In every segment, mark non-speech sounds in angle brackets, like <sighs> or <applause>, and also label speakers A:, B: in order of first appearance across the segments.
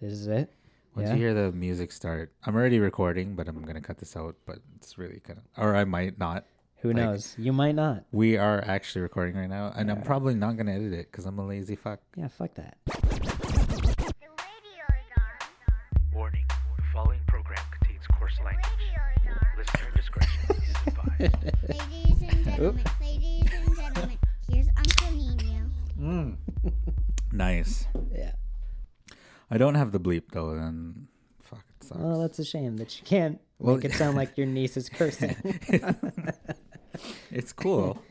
A: This is it.
B: Once
A: Yeah.
B: you hear the music start, I'm already recording, but I'm gonna cut this out. But it's really kind of, or I might not.
A: Who
B: Like-
A: knows? You might not.
B: We are actually recording right now, and I'm probably not gonna edit it because I'm a lazy fuck.
A: Yeah, fuck that.
C: The radio is on.
D: Warning. The following program contains coarse
C: The
D: language.
C: radio is on.
D: Listener discretion is advised.
C: Ladies and gentlemen, ladies and gentlemen, here's Uncle Nino.
B: Nice.
A: Yeah.
B: I don't have the bleep though, and fuck, it sucks.
A: Well, that's a shame that you can't
B: Well-
A: make it sound like your niece is
B: <laughs>
A: cursing.
B: It's cool.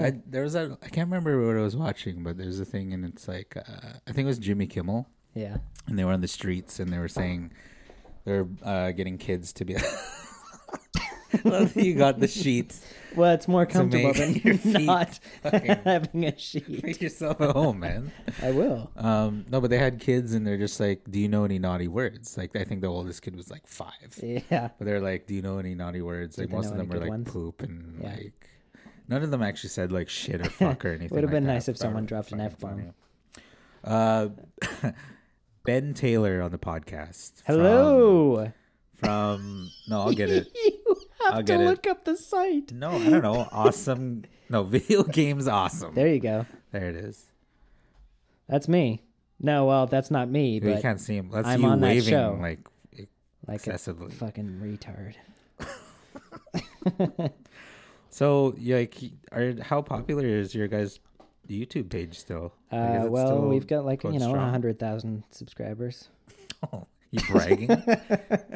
B: I, there was a, I can't remember what I was watching, but there's a thing, and it's like uh, I think it was Jimmy Kimmel,
A: yeah.
B: and they were on the streets, and they were saying they're uh, getting kids to be. <laughs> Love that you got the sheets.
A: Well, it's more comfortable
B: make
A: than <laughs>
B: your feet
A: not
B: fucking-
A: <laughs> having a sheet.
B: Make yourself at home, man.
A: I will.
B: <laughs> Um, no, but they had kids, and they're just like, "Do you know any naughty words?" Like I think the oldest kid was like five,
A: Yeah.
B: but they're like, "Do you know any naughty words?" Like
A: they
B: most
A: know
B: of them
A: any
B: were
A: good
B: like
A: ones?
B: poop and
A: Yeah.
B: like. None of them actually said like shit
A: <laughs>
B: or fuck or anything.
A: Would've
B: like
A: been
B: that,
A: nice if
B: but they were
A: someone dropped an
B: fucking
A: F-bomb.
B: funny. Uh, <laughs> ben Taylor on the podcast. from-
A: Hello.
B: From, no, I'll get it.
A: <laughs> you have
B: I'll
A: to
B: get it.
A: look up the site.
B: No, I don't know. Awesome. No, <laughs> video games awesome.
A: There
B: There,
A: you go.
B: it is.
A: That's me. No, well, that's not me,
B: You
A: but
B: can't see him. That's
A: I'm
B: you
A: on that
B: waving
A: show.
B: like
A: like a
B: excessively.
A: fucking retard.
B: So, yeah, like, are how popular is your guys' YouTube page still? Like, is
A: Uh,
B: it
A: well,
B: still
A: we've got like
B: going
A: you know
B: strong?
A: hundred thousand subscribers.
B: Oh, <laughs> you bragging?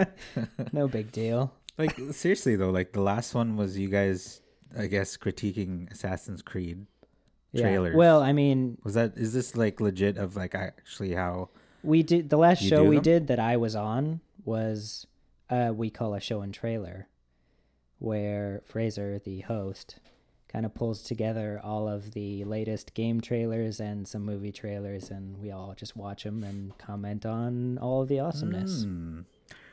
A: <laughs> No big deal.
B: like seriously though, like the last one was you guys, I guess, critiquing Assassin's Creed <laughs> trailers.
A: Yeah. Well, I mean,
B: Was that is this like legit of like actually how
A: we did the last
B: You
A: show
B: do
A: we
B: them?
A: did that I was on was uh, we call a show and trailer, where Fraser, the host, kind of pulls together all of the latest game trailers and some movie trailers, and we all just watch them and comment on all of the awesomeness.
B: Mm. Hmm.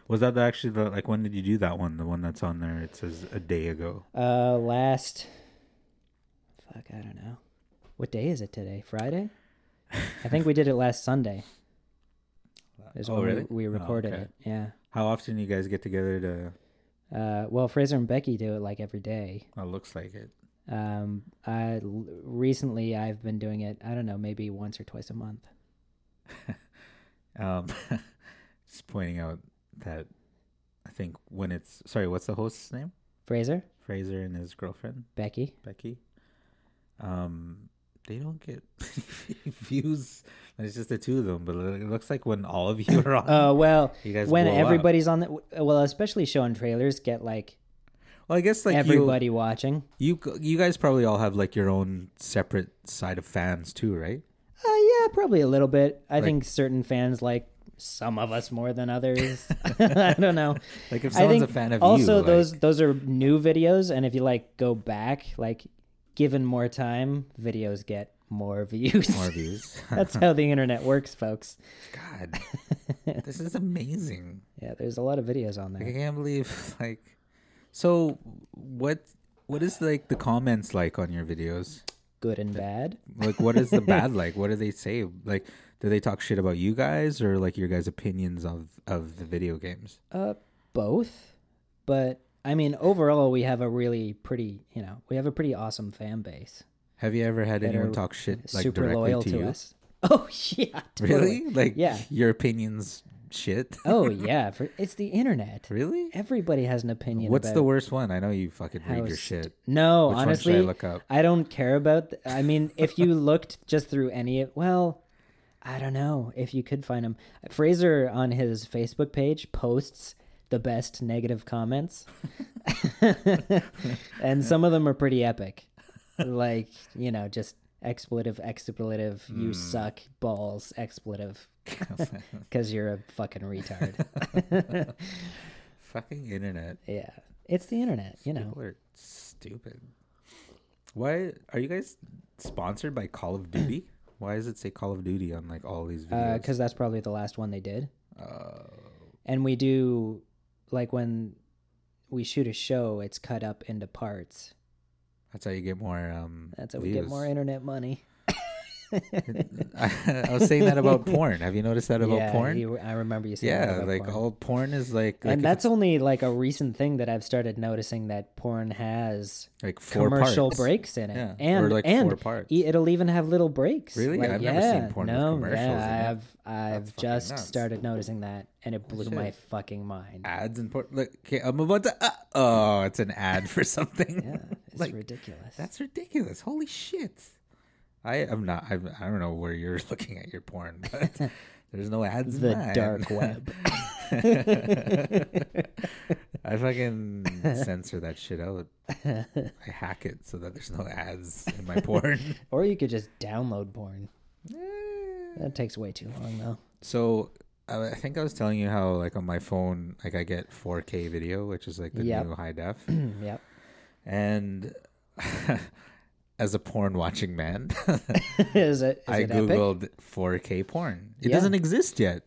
B: was that actually the like when did you do that one? The one that's on there it says a day ago.
A: Uh, last, fuck, I don't know. What day is it today? Friday? I think we did it last
B: <laughs>
A: Sunday. Is
B: Oh,
A: when
B: really?
A: we, we
B: Oh,
A: recorded
B: okay.
A: it. Yeah.
B: How often you guys get together to?
A: Uh, well, Fraser and Becky do it like every day.
B: Oh, looks like it.
A: Um, I l- recently I've been doing it. I don't know, maybe once or twice a month.
B: Um, <laughs> just pointing out that I think when it's sorry, what's the host's name?
A: Fraser,
B: Fraser and his girlfriend
A: Becky.
B: Becky. Um, they don't get <laughs> views. and It's just the two of them, but it looks like when all of you are on,
A: <laughs> Oh well,
B: you guys
A: when
B: blow up.
A: everybody's on the well, especially show and trailers get like,
B: well, I guess like everybody.
A: everybody watching.
B: You g- you guys probably all have like your own separate side of fans too, right?
A: Uh, yeah, probably a little bit. I think certain fans like some of us more than
B: <laughs>
A: others. <laughs> I don't know.
B: Like if
A: I
B: someone's
A: think
B: a fan of you,
A: also
B: like-
A: those those are new videos, and if you like go back, like given more time, videos get more <laughs> views.
B: more views.
A: That's how the internet works, folks.
B: <laughs>
A: <laughs>
B: God, this is amazing.
A: Yeah, there's a lot of videos on
B: Like, I
A: there.
B: can't believe <laughs> like. So what what is like the comments like on your videos?
A: Good and bad.
B: Like
A: <laughs>
B: what is the bad like? What do they say? Like do they talk shit about you guys or like your guys' opinions of of the video games?
A: Uh, both. But I mean, overall, we have a really pretty, you know, we have a pretty awesome fan base.
B: Have you ever had
A: are
B: anyone talk shit like
A: super
B: directly
A: loyal
B: to,
A: to,
B: <laughs> you?
A: us. <laughs> Oh yeah, totally.
B: Really? Like
A: Yeah.
B: your opinions
A: <laughs>
B: shit?
A: oh yeah, for, it's the internet.
B: <laughs> Really?
A: Everybody has an opinion.
B: What's
A: about
B: the worst one? I know you fucking
A: how
B: read your
A: st-
B: shit.
A: No,
B: Which one should I
A: honestly,
B: look up?
A: I don't care about. th- I mean, if you <laughs> looked just through any, of- well, I don't know if you could find him. Fraser on his Facebook page posts the best negative comments, <laughs> and some of them are pretty epic, like you know, just expletive, expletive,
B: Hmm.
A: you suck, balls,
B: <laughs>
A: expletive, because you're a fucking retard.
B: <laughs>
A: <laughs>
B: fucking internet.
A: yeah, it's the internet, you know.
B: People are stupid. Why are you guys sponsored by Call
A: <clears throat>
B: of Duty? Why does it say Call of Duty on like all these videos?
A: because Uh, that's probably the last one they did.
B: Uh,
A: And we do like when we shoot a show, it's cut up into parts.
B: that's how you get more. Um,
A: That's how we get more
B: views. <laughs>
A: internet money.
B: I, was saying that about
A: <laughs>
B: porn. Have you noticed that about
A: yeah,
B: porn?
A: you- I remember you saying that
B: yeah,
A: about
B: like
A: porn.
B: all porn is like, like
A: and
B: if
A: that's
B: it's,
A: only like a recent thing that I've started noticing that porn has
B: like four
A: commercial
B: parts.
A: breaks in it,
B: Yeah,
A: and
B: or like
A: and
B: four parts.
A: e- it'll even have little breaks.
B: Really?
A: Like,
B: I've
A: yeah,
B: never seen porn with
A: no,
B: commercials in it.
A: Yeah, I've I've
B: fucking
A: just
B: nuts.
A: started noticing that, and it blew my fucking mind.
B: Ads and porn. Look, okay, I'm about to. Uh, oh, it's an ad for <laughs> something.
A: Yeah, it's
B: <laughs> like,
A: ridiculous.
B: That's ridiculous. Holy shit. I am not. I'm, I don't know where you're <laughs> looking at your porn,
A: <laughs>
B: but there's no ads. in
A: the
B: mine. <laughs>
A: dark web. <laughs>
B: I fucking censor that shit out. I hack it so that there's no ads in my porn.
A: <laughs> or you could just download porn.
B: Eh.
A: That takes way too long though.
B: so I I think I was telling you how like on my phone, like I get 4K video, which is like the
A: Yep.
B: new high def.
A: Hmm, yep. <laughs>
B: and <laughs> as a porn watching man, <laughs>
A: is it? Is
B: I
A: it
B: googled 4K porn. It
A: Yeah.
B: doesn't exist yet.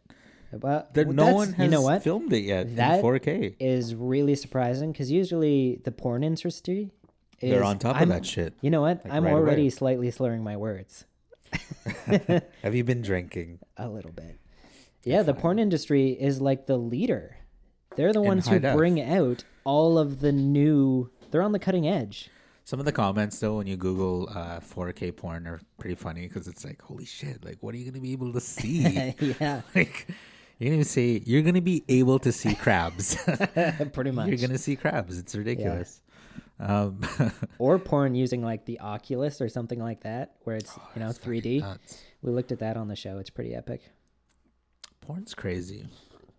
A: Epic? Well,
B: There,
A: well,
B: no
A: that's-
B: one has
A: You know what?
B: filmed it yet
A: That
B: in 4K.
A: is really surprising because usually the porn industry is
B: They're on top of
A: I'm-
B: that shit.
A: You know what?
B: like,
A: I'm
B: right
A: already
B: away.
A: slightly slurring my words
B: Have you been drinking?
A: a little bit. Yeah, the porn industry is like the leader. They're the ones
B: high
A: who
B: def.
A: bring out all of the new. They're on the cutting edge. <laughs>
B: Some of the comments though, when you Google uh, 4K porn, are pretty funny because it's like, holy shit! Like, what are you gonna be able
A: <laughs>
B: to see?
A: yeah,
B: like, you're gonna see, you're gonna be able to see crabs. <laughs>
A: pretty much.
B: you're gonna see crabs. It's ridiculous. Um,
A: Or porn using like the Oculus or something like that, where it's you know 3D.
B: Oh, nuts.
A: We looked at that on the show. It's pretty epic.
B: Porn's crazy.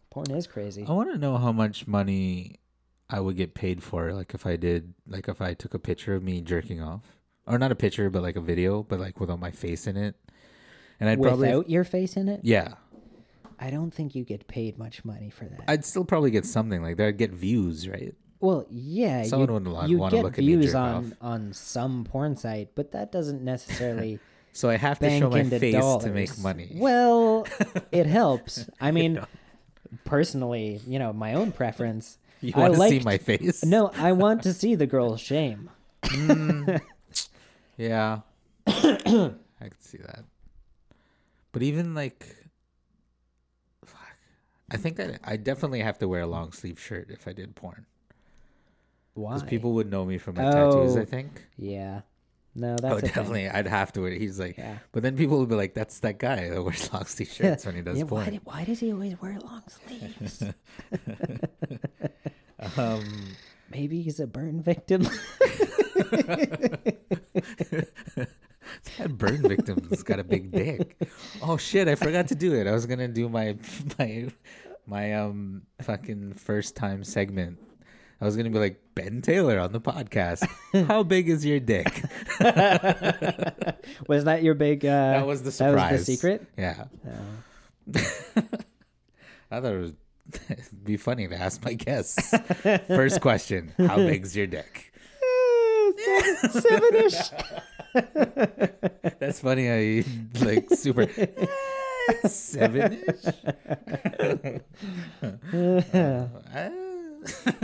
A: Porn is crazy.
B: I want to know how much money I would get paid for, like if I did, like if I took a picture of me jerking off, or not a picture, but like a video, but like without my face in it, and I'd
A: Without
B: probably,
A: your face in it,
B: yeah,
A: I don't think you get paid much money for that.
B: I'd still probably get something like that. I'd get views, right?
A: Well, yeah,
B: Someone
A: you,
B: would lo-
A: you
B: wanna
A: get
B: look at me
A: views
B: jerk
A: on
B: off.
A: on some porn site, but that
B: <laughs>
A: doesn't necessarily
B: So I have to
A: bank
B: show my
A: into
B: face
A: dollars.
B: to make money.
A: Well, it helps. I mean, personally, you know, my own preference.
B: <laughs> <laughs> you
A: I
B: want to see
A: liked-
B: my face?
A: No, I want to see the girl's shame.
B: <laughs>
A: <coughs>
B: Yeah, I could see that. But even like, fuck, I think that I definitely have to wear a long sleeve shirt if I did porn.
A: Why?
B: Because people would know me from my tattoos,
A: Oh.
B: I think.
A: Yeah. No,
B: Oh,
A: that's a thing.
B: definitely. I'd have to. He's like,
A: Yeah.
B: but then people would be like, that's that guy that wears
A: <laughs>
B: long sleeve shirts when he does
A: Yeah,
B: porn.
A: why, did- why does he always wear long sleeves?
B: <laughs>
A: <laughs>
B: Um,
A: Maybe he's a burn victim. <laughs>
B: that burn victim's got a
A: <laughs>
B: big dick. Oh shit! I forgot to do it. I was gonna do my <laughs> my my um fucking first time segment. I was gonna be like Ben Taylor on
A: <laughs>
B: the podcast. How big is your dick?
A: was that your big? Uh,
B: That was the surprise.
A: That was the secret.
B: <laughs> Yeah.
A: Oh.
B: I thought it was it'd <laughs> be funny to ask my guests.
A: <laughs>
B: First question: How big's your dick?
A: Seven
B: <laughs>
A: ish.
B: That's funny. I like super seven ish. <laughs>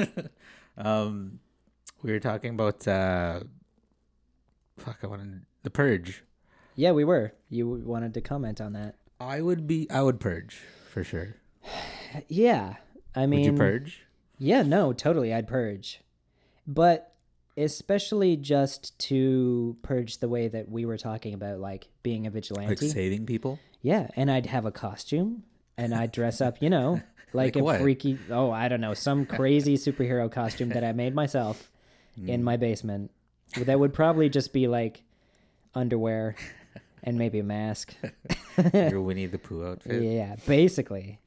B: um, we were talking about uh, fuck. I wanted the purge.
A: Yeah, we were. You wanted to comment on that.
B: I would be. I would purge for sure.
A: Uh, Yeah. I mean,
B: would you purge?
A: Yeah, no, totally. I'd purge. But especially just to purge the way that we were talking about, like being a
B: Like
A: vigilante.
B: saving people?
A: yeah, and I'd have a costume and I'd dress up, you know, like,
B: <laughs> Like
A: a
B: what?
A: freaky, oh, I don't know, some crazy superhero costume that I made
B: <laughs>
A: myself
B: Mm.
A: in my basement that would probably just be like underwear and maybe a
B: <laughs>
A: mask.
B: Your Winnie the Pooh outfit.
A: <laughs> yeah, basically.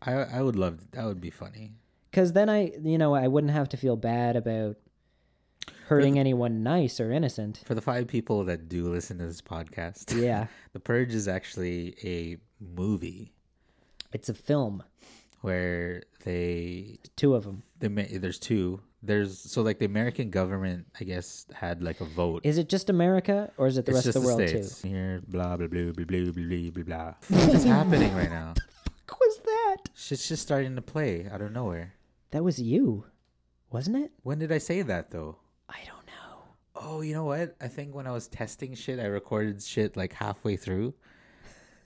B: I I would love that. Would be funny.
A: because then I, you know, I wouldn't have to feel bad about hurting anyone nice or innocent.
B: For the five people that do listen to this podcast, <laughs>
A: Yeah,
B: The Purge is actually a movie
A: it's a film.
B: where they,
A: Two of them.
B: they ma- there's two there's so like the American government I guess had like a vote.
A: Is it just America or is it the rest
B: it's
A: of
B: just
A: the world
B: states here. Blah blah blah blah blah blah blah
A: <laughs>
B: blah. What's happening right now?
A: too? What was that?
B: Shit's just starting to play out of nowhere.
A: That was you, wasn't it?
B: When did I say that though?
A: I don't know.
B: Oh, you know what? I think when I was testing shit, I recorded shit like halfway through,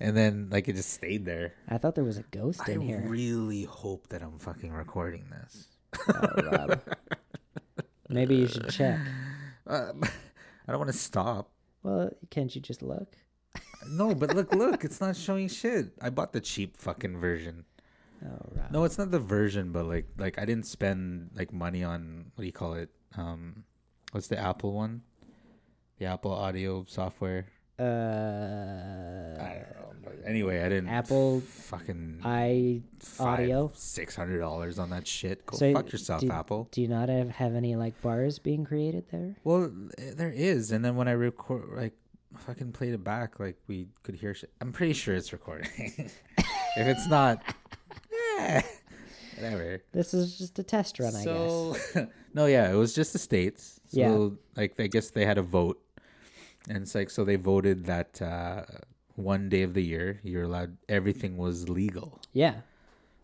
B: and then like it just stayed there.
A: I thought there was a ghost in
B: I
A: here.
B: really hope that I'm fucking recording this.
A: Oh,
B: <laughs>
A: Rob. Maybe you should check.
B: Uh, <laughs> I don't want to stop.
A: Well, can't you just look?
B: No, but look, look, it's not showing shit. I bought the cheap fucking version.
A: Oh, Rob.
B: No, it's not the version, but like, like I didn't spend like money on what do you call it? Um, what's the Apple one? The Apple audio software. I
A: Uh,
B: don't know. But anyway, I didn't
A: Apple
B: fucking
A: I audio.
B: six hundred dollars on that shit. Go
A: So,
B: fuck yourself,
A: do-
B: Apple.
A: Do you not have, have any like bars being created there?
B: Well, eh, there is, and then when I record, like, fucking played it back, like we could hear shit. I'm pretty sure it's recording. <laughs> if
A: <laughs>
B: it's not, eh, whatever.
A: This is just a test run, I guess.
B: so <laughs> no, yeah, it was just the states. So,
A: Yeah.
B: like I guess they had a vote, and it's like so they voted that uh, one day of the year you're allowed everything was legal,
A: Yeah.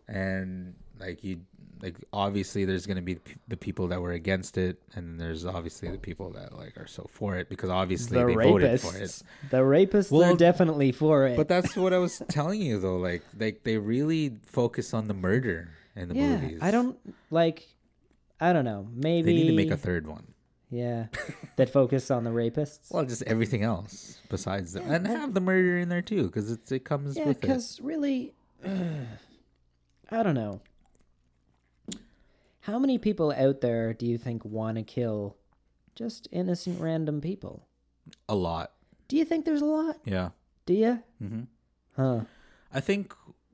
B: and like you like obviously there's going to be p- the people that were against it and there's obviously the people that like are so for it because obviously they voted for it
A: The rapists
B: Well,
A: are definitely for it.
B: but that's what
A: <laughs>
B: i was telling you though like like they really focus on the murder in the
A: yeah,
B: movies
A: I don't like. I don't know. Maybe
B: they need to make a third one
A: yeah that focus on the rapists.
B: well just everything else besides that and have the murder in there too because it, it comes
A: Yeah,
B: with it
A: because really, I don't know. How many people out there do you think want to kill just innocent random people?
B: a lot
A: Do you think there's a lot?
B: yeah
A: Do you?
B: mm-hmm.
A: Huh.
B: i think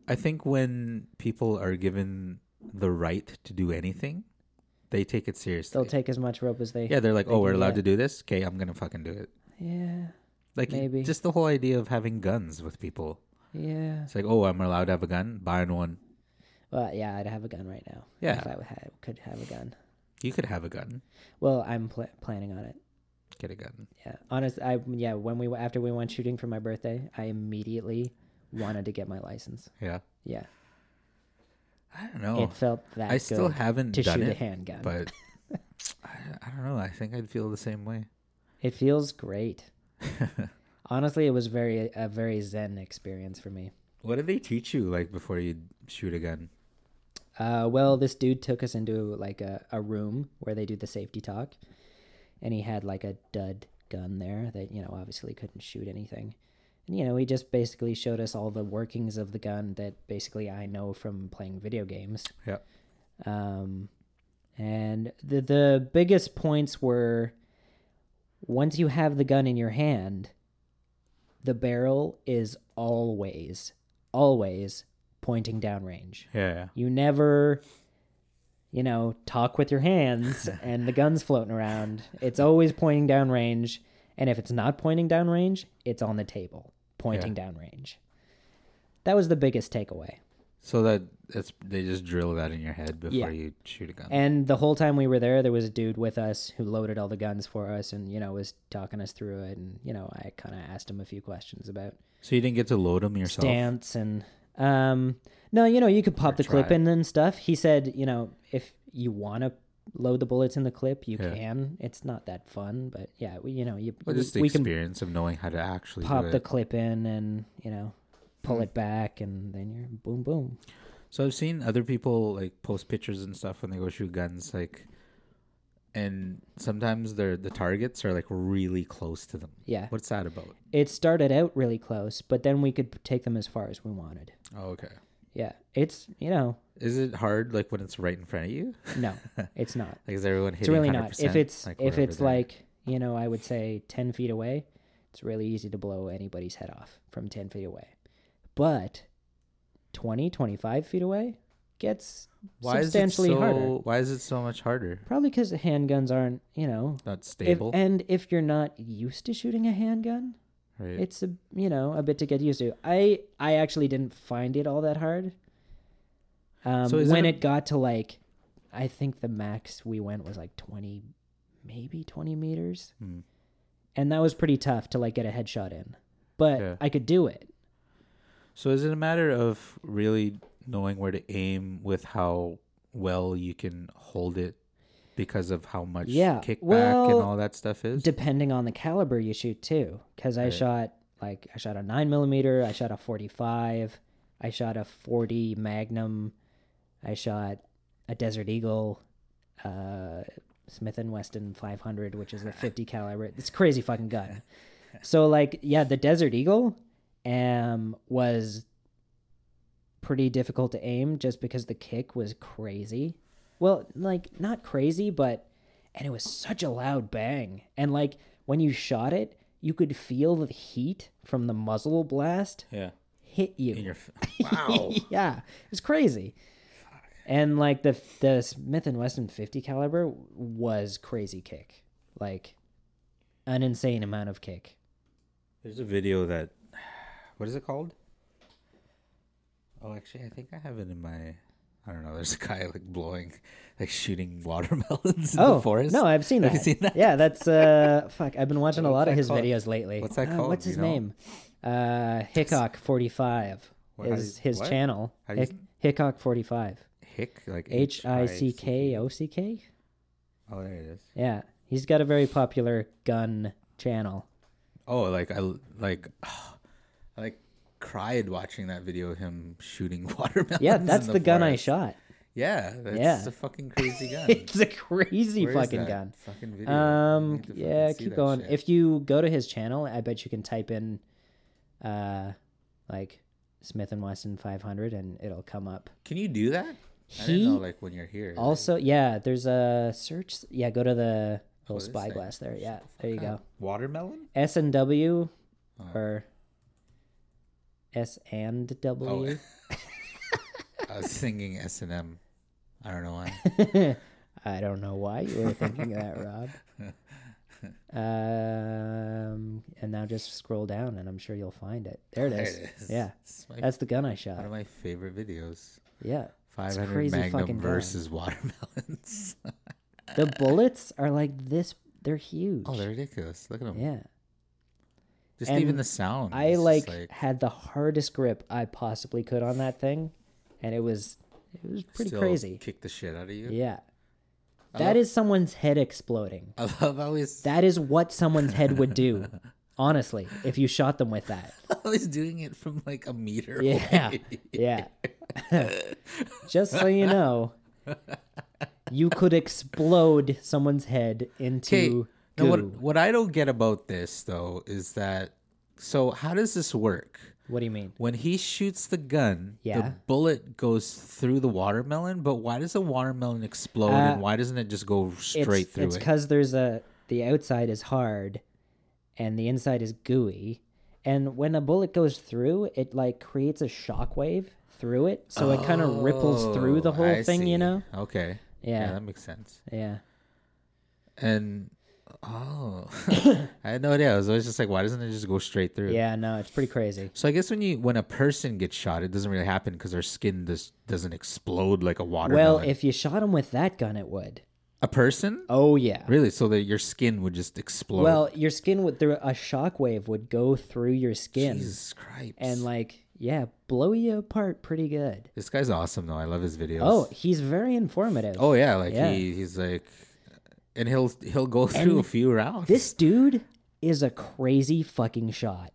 B: i think when people are given the right to do anything they take it seriously
A: They'll take as much rope as they.
B: Yeah, they're like,
A: they
B: oh,
A: can
B: we're allowed
A: get."
B: to do this. Okay, I'm gonna fucking do it.
A: Yeah.
B: Like y-
A: Maybe.
B: just the whole idea of having guns with people.
A: Yeah.
B: It's like, oh, I'm allowed to have a gun. Buying one,
A: Well, yeah, I'd have a gun right now.
B: Yeah.
A: If I would ha- could have a gun.
B: you could have a gun.
A: Well, I'm pl- planning on it.
B: Get a gun.
A: Yeah. Honest, I yeah. When we after we went shooting for my birthday, I immediately wanted to get my license.
B: Yeah.
A: Yeah.
B: I don't know.
A: It felt that.
B: Oh, I still
A: good
B: haven't
A: to
B: done
A: shoot a
B: it,
A: handgun.
B: but
A: <laughs>
B: I, I don't know. I think I'd feel the same way.
A: It feels
B: <laughs>
A: great. Honestly, it was very a very zen experience for me.
B: What did they teach you like before you shoot a gun?
A: Uh, well, this dude took us into like a, a room where they do the safety talk, and he had like a dud gun there that you know obviously couldn't shoot anything. And you know he just basically showed us all the workings of the gun that basically I know from playing video games.
B: Yeah.
A: Um, and the the biggest points were once you have the gun in your hand, the barrel is always always pointing downrange.
B: Yeah. yeah.
A: You never, you know, talk with your hands and the gun's floating around. It's always pointing downrange. And if it's not pointing downrange, it's on the table, pointing downrange. That was the biggest takeaway.
B: So that that's they just drill that in your head before
A: Yeah.
B: you shoot a gun.
A: And the whole time we were there, there was a dude with us who loaded all the guns for us and, you know, was talking us through it. And, you know, I kind of asked him a few questions about
B: so you didn't get to load them yourself.
A: stance and um no you know you could pop the clip
B: try.
A: in and stuff he said you know if you want to load the bullets in the clip you
B: Yeah.
A: can it's not that fun but yeah we, you know you
B: Well, just the
A: we, we can
B: experience of knowing how to actually do
A: pop
B: it. Hmm.
A: the clip in and you know pull it back and then you're boom boom
B: So I've seen other people like post pictures and stuff when they go shoot guns, like, and sometimes their the targets are like really close to them.
A: yeah
B: What's that about?
A: it started out really close but then we could take them as far as we wanted
B: Oh, okay.
A: yeah it's you know
B: Is it hard like when it's right in front of you? <laughs>
A: no it's not
B: Like is everyone hitting?
A: it's really not if
B: 100%?
A: it's if
B: wherever
A: it's
B: they're-
A: like you know i would say 10 feet away it's really easy to blow anybody's head off from 10 feet away but 20 25 feet away gets substantially
B: is it so,
A: harder
B: Why is it so much harder?
A: probably because the handguns aren't you know
B: Not
A: if,
B: stable,
A: and if you're not used to shooting a handgun
B: right?
A: it's a you know a bit to get used to i i actually didn't find it all that hard um
B: So is
A: when it,
B: it a-
A: got to like i think the max we went was like 20 maybe 20 meters
B: Hmm.
A: and that was pretty tough to like get a headshot in but
B: Yeah.
A: i could do it
B: So is it a matter of really knowing where to aim with how well you can hold it because of how much
A: Yeah,
B: kickback
A: well,
B: and all that stuff is.
A: depending on the caliber you shoot too because i
B: Right.
A: shot like i shot a 9 millimeter i shot a 45 i shot a 40 magnum i shot a desert eagle uh smith and wesson 500 which
B: <laughs>
A: is a 50 caliber it's a crazy fucking gun so like yeah the desert eagle um was pretty difficult to aim just because the kick was crazy well like not crazy but and it was such a loud bang. And like when you shot it, you could feel the heat from the muzzle blast
B: yeah.
A: hit you.
B: In your f-
A: <laughs>
B: wow.
A: yeah, it's crazy. And like the the Smith and Wesson 50 caliber was crazy kick, like an insane amount of kick.
B: There's a video that <sighs> what is it called? Oh, actually, I think I have it in my. I don't know. There's a guy like blowing, like shooting watermelons in
A: oh,
B: the forest.
A: no, I've seen that.
B: Have you seen that?
A: Yeah, that's
B: <laughs>
A: uh, fuck. I've been watching a
B: What's
A: lot of
B: that
A: his
B: called?
A: videos lately.
B: What's that
A: Uh,
B: called?
A: What's his
B: You know?
A: name? Uh, Hickok 45
B: What- how do
A: is
B: you-
A: his
B: what?
A: channel.
B: How do you
A: Hick- Hickok 45.
B: Hick like
A: H I C K O C K.
B: Oh, there it is.
A: Yeah, he's got a very popular gun channel.
B: Oh, like I like, <sighs> I like cried watching that video of him shooting <laughs> watermelons.
A: Yeah,
B: in
A: that's the, gun I
B: forest. <laughs>
A: shot. <laughs>
B: Yeah, that's
A: Yeah.
B: a fucking crazy
A: <laughs>
B: gun.
A: it's a crazy
B: Where is
A: fucking
B: that
A: gun.
B: Fucking video. I
A: Um,
B: need to fucking
A: yeah,
B: see
A: keep
B: that
A: going.
B: shit.
A: If you go to his channel, I bet you can type in, uh, like Smith and Wesson 500, and it'll come up.
B: can you do that? I didn't
A: He
B: know like when you're here. like-
A: also, yeah, there's a search. Yeah, go to the
B: Oh,
A: little
B: this thing.
A: spyglass there. Yeah,
B: Shut the
A: there you
B: fuck
A: go.
B: up. Watermelon?
A: S and W,
B: Oh.
A: or S and W.
B: Oh,
A: <laughs>
B: <laughs> I was singing S and M. I don't know
A: <laughs>
B: why.
A: I don't know why you were thinking that, Rob.
B: <laughs>
A: Um, and now just scroll down, and I'm sure you'll find it. There it
B: There
A: is.
B: it is.
A: Yeah,
B: It's my-
A: that's the gun I
B: one
A: shot.
B: of my favorite videos.
A: Yeah,
B: Five hundred
A: crazy fucking
B: Magnum
A: gun.
B: versus <laughs> watermelons.
A: the bullets are like this. They're huge.
B: oh, they're ridiculous. Look at them.
A: yeah.
B: Just even
A: And
B: the sound.
A: I
B: is just,
A: like, had the hardest grip I possibly could on that thing, and it was it was pretty
B: still
A: crazy.
B: Kick the shit out of you.
A: Yeah,
B: I
A: that
B: love-
A: is someone's head exploding.
B: I love always
A: That is what someone's head would do, honestly, if you shot them with that.
B: <laughs> always doing it from like a meter.
A: Yeah. <laughs>
B: <laughs> away.
A: Yeah. Just so you know, you could explode someone's head
B: Okay.
A: into
B: Now,
A: goo.
B: what
A: what,
B: what I don't get about this though is that so how does this work?
A: do you mean?
B: When he shoots the gun, the
A: Yeah.
B: bullet goes through the watermelon, but why does the watermelon explode
A: Uh,
B: and why doesn't it just go straight
A: it's
B: through
A: it's
B: it?
A: because there's a the outside is hard, and the inside is gooey, and when a bullet goes through, it like creates a shockwave through it, so it kind of ripples through the
B: Oh,
A: whole
B: I
A: thing.
B: see.
A: You know?
B: Okay.
A: Yeah.
B: that makes sense.
A: Yeah.
B: And
A: <coughs>
B: oh, I had no idea. I was always just like, why doesn't it just go straight through?
A: Yeah. No, it's pretty crazy.
B: So I guess when you when a person gets shot, it doesn't really happen because their skin does doesn't explode like a watermelon.
A: Well, if you shot him with that gun, it would.
B: a person
A: Oh yeah.
B: really, so that your skin would just explode.
A: Well, your skin would through a shockwave would go through your skin
B: Jesus Christ!
A: and like yeah, blow you apart pretty good.
B: this guy's awesome though. I love his videos.
A: Oh, he's very informative.
B: oh yeah, like
A: yeah.
B: he he's like, and he'll he'll go through a few rounds.
A: This dude is a crazy fucking shot.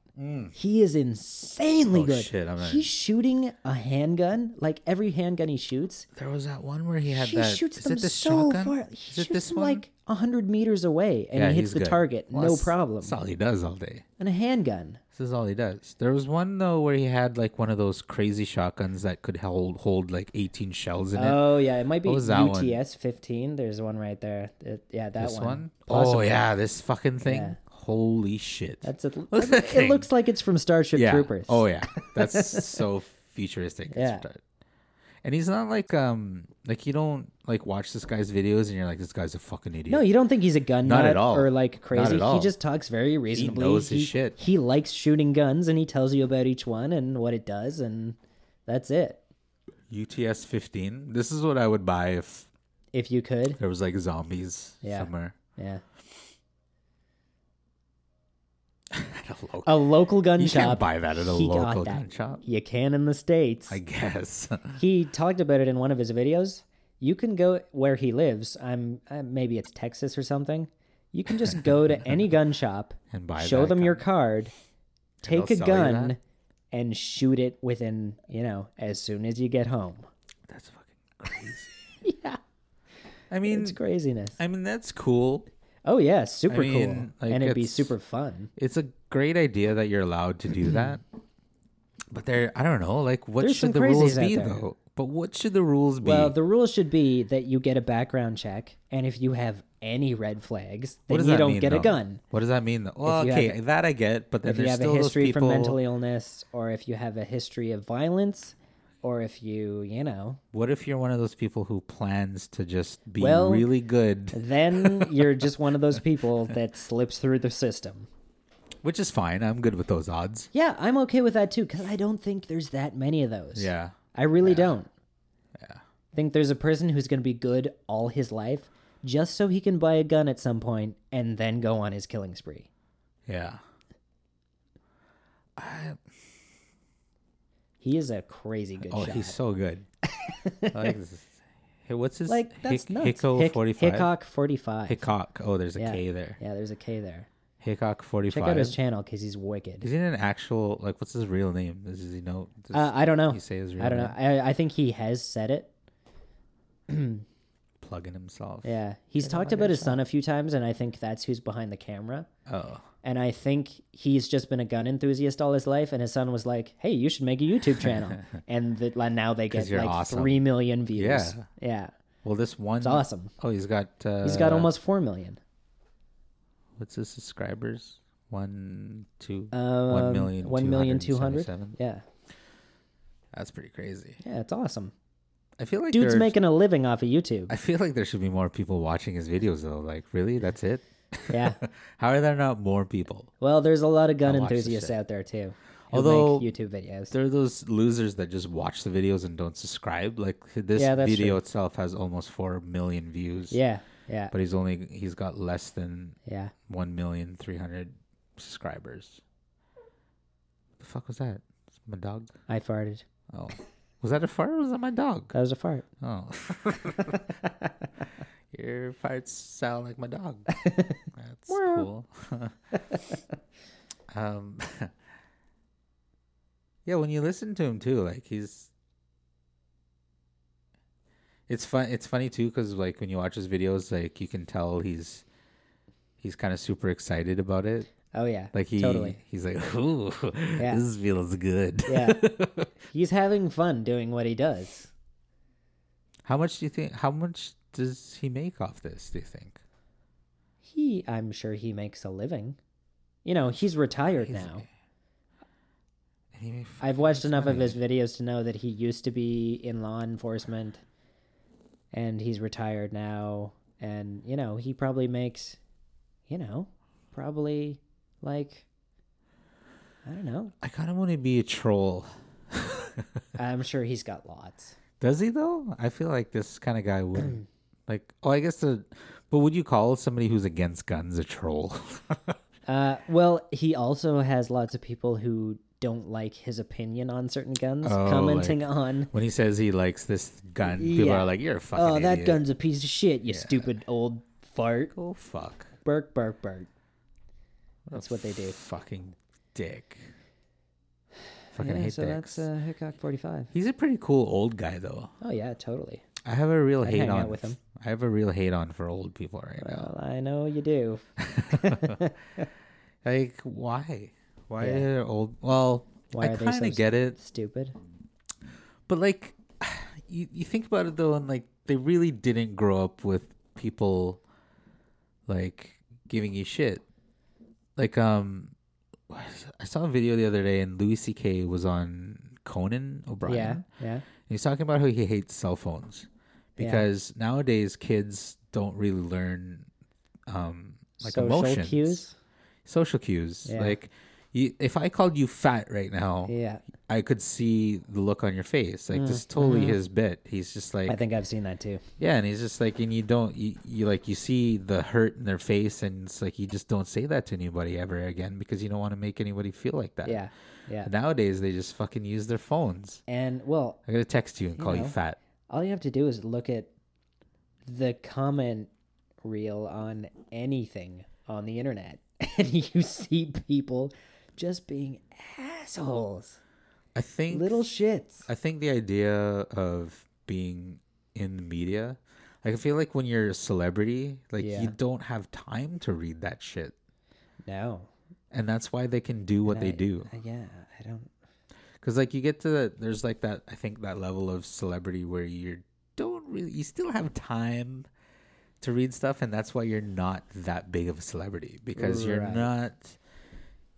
A: He is insanely
B: Mm. Oh,
A: good.
B: shit, I'm not-
A: He's shooting a handgun, like every handgun he shoots.
B: there was that one where he had
A: He
B: that.
A: shoots
B: is
A: them
B: it the
A: so
B: shotgun?
A: far. He
B: Is
A: shoots
B: it this
A: them,
B: one?
A: like hundred meters away, and
B: yeah,
A: he hits
B: he's
A: the
B: good.
A: target,
B: Well,
A: no
B: that's-
A: problem.
B: That's all he does all day.
A: And a handgun.
B: This is all he does. There was one though where he had like one of those crazy shotguns that could hold hold like eighteen shells in it.
A: Oh yeah, it might be
B: What was that one?
A: UTS fifteen. There's one right there. It- yeah, that
B: this
A: one.
B: one? Oh
A: Possibly.
B: yeah, this fucking thing.
A: Yeah.
B: Holy shit.
A: That's it.
B: Look at that
A: it
B: thing.
A: looks like it's from Starship
B: yeah.
A: Troopers.
B: Oh yeah. That's
A: <laughs>
B: so futuristic. It's
A: Yeah.
B: retarded. And he's not like um like you don't like watch this guy's videos and you're like this guy's a fucking idiot.
A: No, you don't think he's a gun
B: Not
A: nut
B: at all.
A: or like
B: Not
A: crazy.
B: at all.
A: He just talks very reasonably.
B: knows his shit.
A: He likes shooting guns and he tells you about each one and what it does and that's it.
B: UTS fifteen. This is what I would buy if
A: If you could.
B: there was like zombies
A: Yeah.
B: somewhere. <laughs>
A: Yeah.
B: At a local.
A: A local gun
B: you
A: shop.
B: can't buy that at a
A: he got
B: local
A: that.
B: gun shop.
A: You can in the States.
B: I guess. <laughs>
A: He talked about it in one of his videos you can go where he lives. I'm uh, maybe it's Texas or something. You can just go to
B: <laughs>
A: any gun shop,
B: And buy
A: show
B: that
A: them
B: gun.
A: your card,
B: they'll
A: take a
B: sell you
A: gun,
B: that?
A: and shoot it within you know as soon as you get home.
B: That's fucking crazy.
A: Yeah,
B: I mean,
A: it's craziness.
B: I mean that's cool.
A: Oh yeah, super
B: mean,
A: cool,
B: like,
A: and it'd be
B: it's-
A: super fun.
B: It's a great idea that you're allowed
A: <clears throat>
B: to do that. But there, I don't know. Like, what
A: There's some
B: should the rules
A: crazies out
B: be
A: there.
B: though? But what should the rules be?
A: Well, the rule should be that you get a background check, and if you have any red flags, then
B: what does
A: you
B: that
A: don't
B: mean,
A: get a
B: though?
A: gun.
B: What does that mean? Though? Well,
A: you have
B: okay, that I get. But then
A: If you
B: there's
A: have
B: still
A: a history
B: those people.
A: for mental illness, or if you have a history of violence, or if you, you know,
B: What if you're one of those people who plans to just be
A: Well, uh,
B: really good,
A: then
B: <laughs>
A: you're just one of those people that slips through the system.
B: which is fine. I'm good with those odds.
A: Yeah, I'm okay with that too, because I don't think there's that many of those.
B: Yeah.
A: I really don't. Yeah. Think there's a person who's going to be good all his life just so he can buy a gun at some point and then go on his killing spree.
B: Yeah. I,
A: He is a crazy good
B: oh,
A: shot.
B: he's so
A: <laughs>
B: good. I like this. Hey, what's his
A: like that's
B: Hick,
A: nuts.
B: Hicko
A: Hick-
B: 45?
A: Hickok 45.
B: Hickok. Oh, there's a K
A: yeah.
B: there.
A: Yeah, there's a K there.
B: Hickok
A: Check
B: 45.
A: out his channel because he's wicked.
B: Is he an actual like? What's his real name? Does he know? Does
A: Uh, I don't know.
B: he say his real
A: I don't
B: name?
A: know. I, I think he has said it.
B: Plugging himself.
A: Yeah, he's talked about his son a few times, and I think that's who's behind the camera.
B: Oh,
A: And I think he's just been a gun enthusiast all his life, and his son was like, "Hey, you should make a YouTube
B: <laughs>
A: channel." and the, like, now they
B: 'Cause
A: get
B: you're
A: like
B: awesome.
A: three million views.
B: Yeah.
A: yeah,
B: well, this one.
A: it's awesome.
B: Oh, he's got. Uh,
A: He's got almost four million.
B: What's his subscribers? One, two,
A: Um,
B: one million,
A: one million two hundred.
B: 277.
A: Yeah,
B: That's pretty crazy.
A: yeah, it's awesome.
B: I feel like
A: Dude's
B: there-
A: making a living off of YouTube.
B: I feel like there should be more people watching his videos though. Like, really? That's it? <laughs>
A: Yeah.
B: How are there not more people?
A: Well, there's a lot of gun
B: I'll watch this
A: enthusiasts
B: shit.
A: out there too. Who
B: Although-
A: make YouTube videos.
B: There are those losers that just watch the videos and don't subscribe. Like this
A: Yeah, that's
B: video
A: true.
B: itself has almost four million views.
A: Yeah, yeah,
B: But he's only he's got less than
A: yeah.
B: one million three hundred subscribers. The fuck was that? It's my dog.
A: I farted.
B: Oh, was that a fart? or Was that my dog?
A: That was a
B: <laughs>
A: fart.
B: Oh, your farts sound like my
A: <laughs>
B: dog. That's cool. <laughs> um, <laughs> yeah, when you listen to him too, like he's. It's fun. It's funny too, because like when you watch his videos, like you can tell he's, he's kind of super excited about it.
A: Oh yeah,
B: Like he,
A: totally.
B: he's like, <laughs> ooh,
A: Yeah.
B: this feels good.
A: Yeah, he's having fun doing what he does.
B: <laughs> How much do you think? How much does he make off this? Do you think?
A: He, I'm sure he makes a living. You know, he's retired
B: He's-
A: now.
B: And he made
A: I've
B: fucking
A: watched enough of
B: money.
A: his videos to know that he used to be in law enforcement, and he's retired now. And you know, he probably makes, you know, probably like, I don't know.
B: I kind of want to be a troll.
A: I'm sure he's got lots.
B: Does he though? I feel like this kind of guy would.
A: <clears throat>
B: like, oh, I guess the. But would you call somebody who's against guns a troll? <laughs>
A: Uh, well, he also has lots of people who don't like his opinion on certain guns
B: Oh,
A: commenting
B: like-
A: on,
B: when he says he likes this gun, people
A: Yeah.
B: are like, "You're a fucking
A: "Oh, that
B: idiot."
A: gun's a piece of shit, you stupid old fart."
B: Oh fuck!
A: Burk, burk, burk. That's what they do.
B: Fucking
A: <sighs>
B: dick. Fucking
A: yeah,
B: hate
A: so
B: dicks.
A: that's uh, Hickok 45.
B: He's a pretty cool old guy though.
A: Oh yeah, totally.
B: I have a real
A: I'd
B: hate
A: hang out
B: on
A: with him.
B: I have a real hate on for old people right now.
A: Well, I know you do.
B: Like, why? Why
A: Yeah.
B: are old? Well,
A: Why
B: I
A: are they
B: kind
A: so
B: of get it,
A: Stupid.
B: but like, <sighs> you you think about it though, and like, they really didn't grow up with people like giving you shit. Like, um, <sighs> I saw a video the other day, and Louis C.K. was on Conan O'Brien.
A: Yeah, yeah.
B: He's talking about how he hates cell phones
A: Yeah.
B: because nowadays kids don't really learn um like
A: Social
B: emotions,
A: cues.
B: social cues.
A: Yeah.
B: Like you, if I called you fat right now,
A: Yeah,
B: I could see the look on your face. Like this is totally his bit. He's just
A: Mm,
B: like
A: mm-hmm. I think I've seen that too.
B: yeah, and he's just like and you don't you, you like you see the hurt in their face and it's like you just don't say that to anybody ever again because you don't want to make anybody feel like that.
A: Yeah, yeah.
B: Nowadays they just fucking use their phones.
A: And well,
B: I'm gonna text you and call you
A: know.
B: fat.
A: all you have to do is look at the comment reel on anything on the internet, <laughs> and you see people just being assholes,
B: I think
A: little shits.
B: I think the idea of being in the media, like I feel like when you're a celebrity, like
A: Yeah.
B: you don't have time to read that shit.
A: No,
B: And that's why they can do what
A: And
B: they
A: I-
B: do.
A: I- yeah, I don't.
B: Cuz like you get to the, there's like that I think that level of celebrity where you don't really you still have time to read stuff and that's why you're not that big of a celebrity because you're
A: Right.
B: not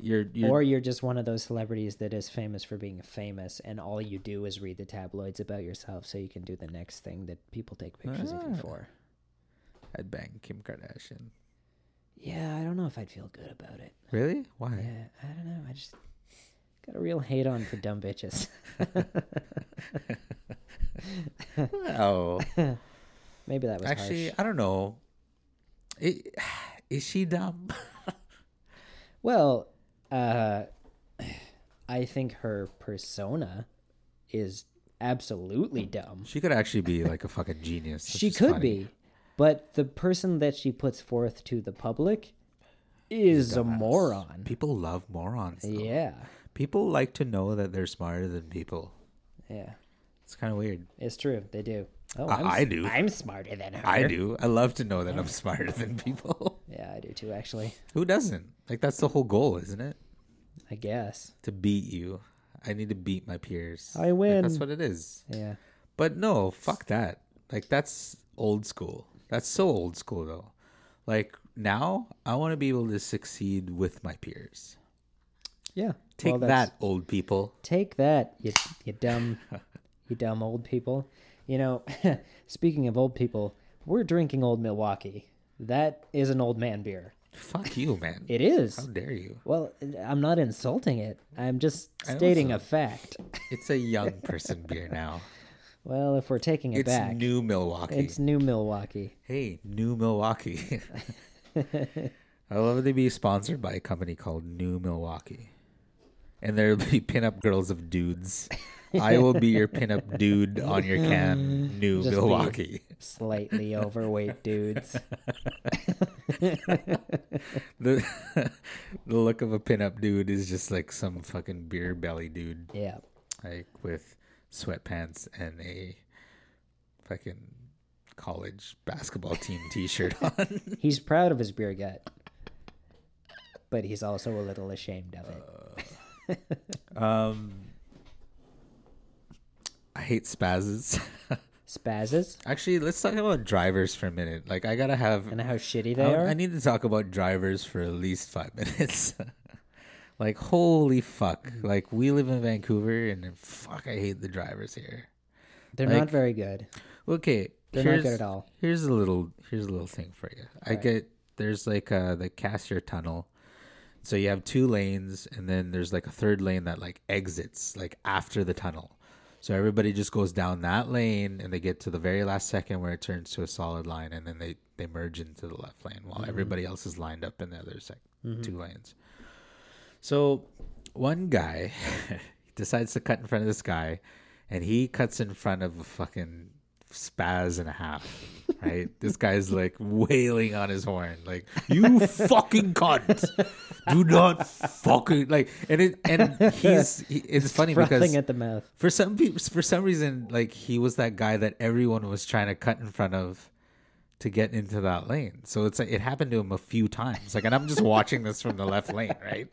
B: you're, you're
A: or you're just one of those celebrities that is famous for being famous, and all you do is read the tabloids about yourself, so you can do the next thing that people take pictures of you
B: Ah.
A: for.
B: I'd bang Kim Kardashian.
A: Yeah, I don't know if I'd feel good about it.
B: Really? Why?
A: Yeah, I don't know. I just got a real hate on for dumb bitches. <laughs> <laughs>
B: Well,
A: Maybe that was
B: Oh, actually,
A: harsh.
B: I don't know. I- Is she dumb? <laughs>
A: Well, uh, I think her persona is absolutely dumb.
B: she could actually be like a fucking genius. which
A: she
B: is
A: could
B: funny.
A: be, but the person that she puts forth to the public is a moron.
B: People love morons. though.
A: Yeah,
B: People like to know that they're smarter than people.
A: yeah,
B: It's kind of weird.
A: it's true. They do. Oh,
B: I-
A: I'm,
B: I
A: s-
B: do.
A: I'm smarter than her.
B: I do. I love to know that I'm smarter than people. <laughs>
A: Yeah, I do too. Actually,
B: Who doesn't? Like that's the whole goal, isn't it?
A: I guess.
B: To beat you. I need to beat my peers.
A: I
B: Like, that's
A: win.
B: what it is.
A: Yeah.
B: But no, fuck that. Like that's old school. That's so old school though. Like now, I want to be able to succeed with my peers.
A: Yeah.
B: Take
A: well, that's-
B: that, old people.
A: Take that,
B: <laughs>
A: you you dumb, you dumb old people. You know, <laughs> speaking of old people, we're drinking Old Milwaukee. That is an old man beer.
B: Fuck you, man.
A: It is.
B: How dare you?
A: Well, I'm not insulting it. I'm just
B: I
A: stating a
B: also-
A: fact.
B: It's a
A: <laughs>
B: young person beer now.
A: Well, if we're taking it
B: It's
A: back,
B: new Milwaukee.
A: it's new Milwaukee.
B: Hey, new Milwaukee. I love to be sponsored by a company called New Milwaukee. And there'll be <laughs> pinup girls of dudes. I will be your pinup dude on your can, New
A: Just be-
B: Milwaukee. <laughs>
A: Slightly overweight dudes.
B: the <laughs> the look of a pinup dude is just like some fucking beer belly dude,
A: Yeah.
B: like with sweatpants and a fucking college basketball team T-shirt on. <laughs>
A: He's proud of his beer gut, but he's also a little ashamed of it.
B: Uh, Um, I hate spazzes. <laughs>
A: Spazzes
B: Actually, let's talk about drivers for a minute. Like, I gotta have.
A: and how shitty
B: I,
A: they are.
B: I need to talk about drivers for at least five <laughs> minutes. like, holy fuck! Like, we live in Vancouver, and fuck, I hate the drivers here.
A: They're
B: like-
A: not very good.
B: Okay,
A: They're not good at all.
B: Here's a little here's a little thing for you. I
A: Alright.
B: get there's like uh the Cassier tunnel. So you have two lanes and then there's like a third lane that like exits like after the tunnel. So everybody just goes down that lane and they get to the very last second where it turns to a solid line and then they they merge into the left lane while
A: Mm-hmm.
B: everybody else is lined up in the other sec- two lanes. So one guy <laughs> decides to cut in front of this guy, and he cuts in front of a fucking spaz and a half. Right? this guy's like wailing on his horn, like, you fucking cunt. Do not fucking like and it and he's he, it's funny
A: <laughs>
B: because
A: Frothing at the mouth.
B: for some people, for some reason, like he was that guy that everyone was trying to cut in front of to get into that lane. So it's like it happened to him a few times. Like, and I'm just watching this from the left lane, right?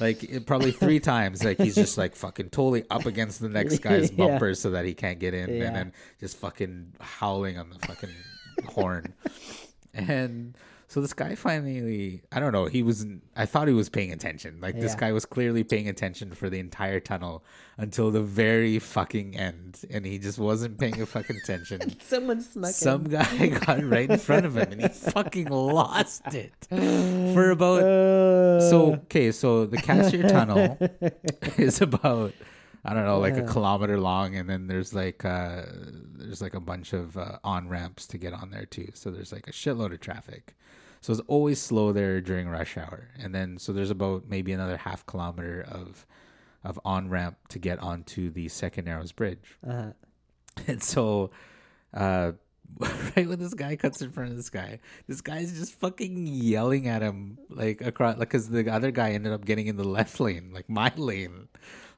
B: Like it, probably three times. Like he's just like fucking totally up against the next guy's
A: <laughs> Yeah.
B: bumper so that he can't get in,
A: Yeah.
B: and then just fucking howling on the fucking horn. And so this guy finally, I don't know, he was, I thought he was paying attention. Like this
A: Yeah.
B: guy was clearly paying attention for the entire tunnel until the very fucking end. And he just wasn't paying a fucking attention.
A: Someone snuck
B: Some guy <laughs> got right in front of him and he fucking lost it for about.
A: Uh,
B: So, okay, so the Cassier Tunnel is about. I don't know, like a kilometer long, and then there's like uh, there's like a bunch of uh, on ramps to get on there too. So there's like a shitload of traffic. So it's always slow there during rush hour, and then so there's about maybe another half kilometer of of on ramp
A: uh-huh.
B: <laughs> to get onto the Second Narrows Bridge.
A: Uh,
B: And so uh, <laughs> right when this guy cuts in front of this guy, this guy's just fucking yelling at him like across, like because the other guy ended up getting in the <laughs> left lane, like my lane.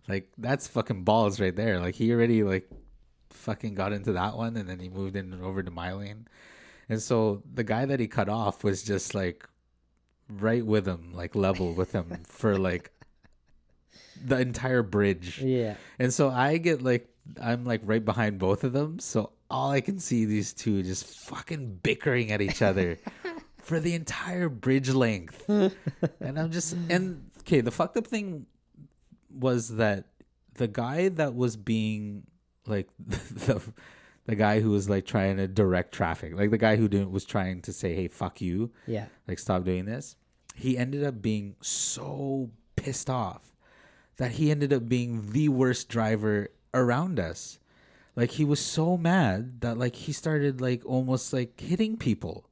B: Like that's fucking balls right there. Like he already like fucking got into that one, and then he moved in and over to my lane, and so the guy that he cut off was just like right with him, like level with him for like the entire bridge.
A: Yeah.
B: And so I get like I'm like right behind both of them, so all I can see these two just fucking bickering at each other for the entire bridge length. and I'm just and okay, the fucked up thing was that the guy that was being like <laughs> the the guy who was like trying to direct traffic, like the guy who didn't was trying to say, "Hey, fuck you."
A: Yeah.
B: like stop doing this he ended up being so pissed off that he ended up being the worst driver around us like he was so mad that like he started like almost like hitting people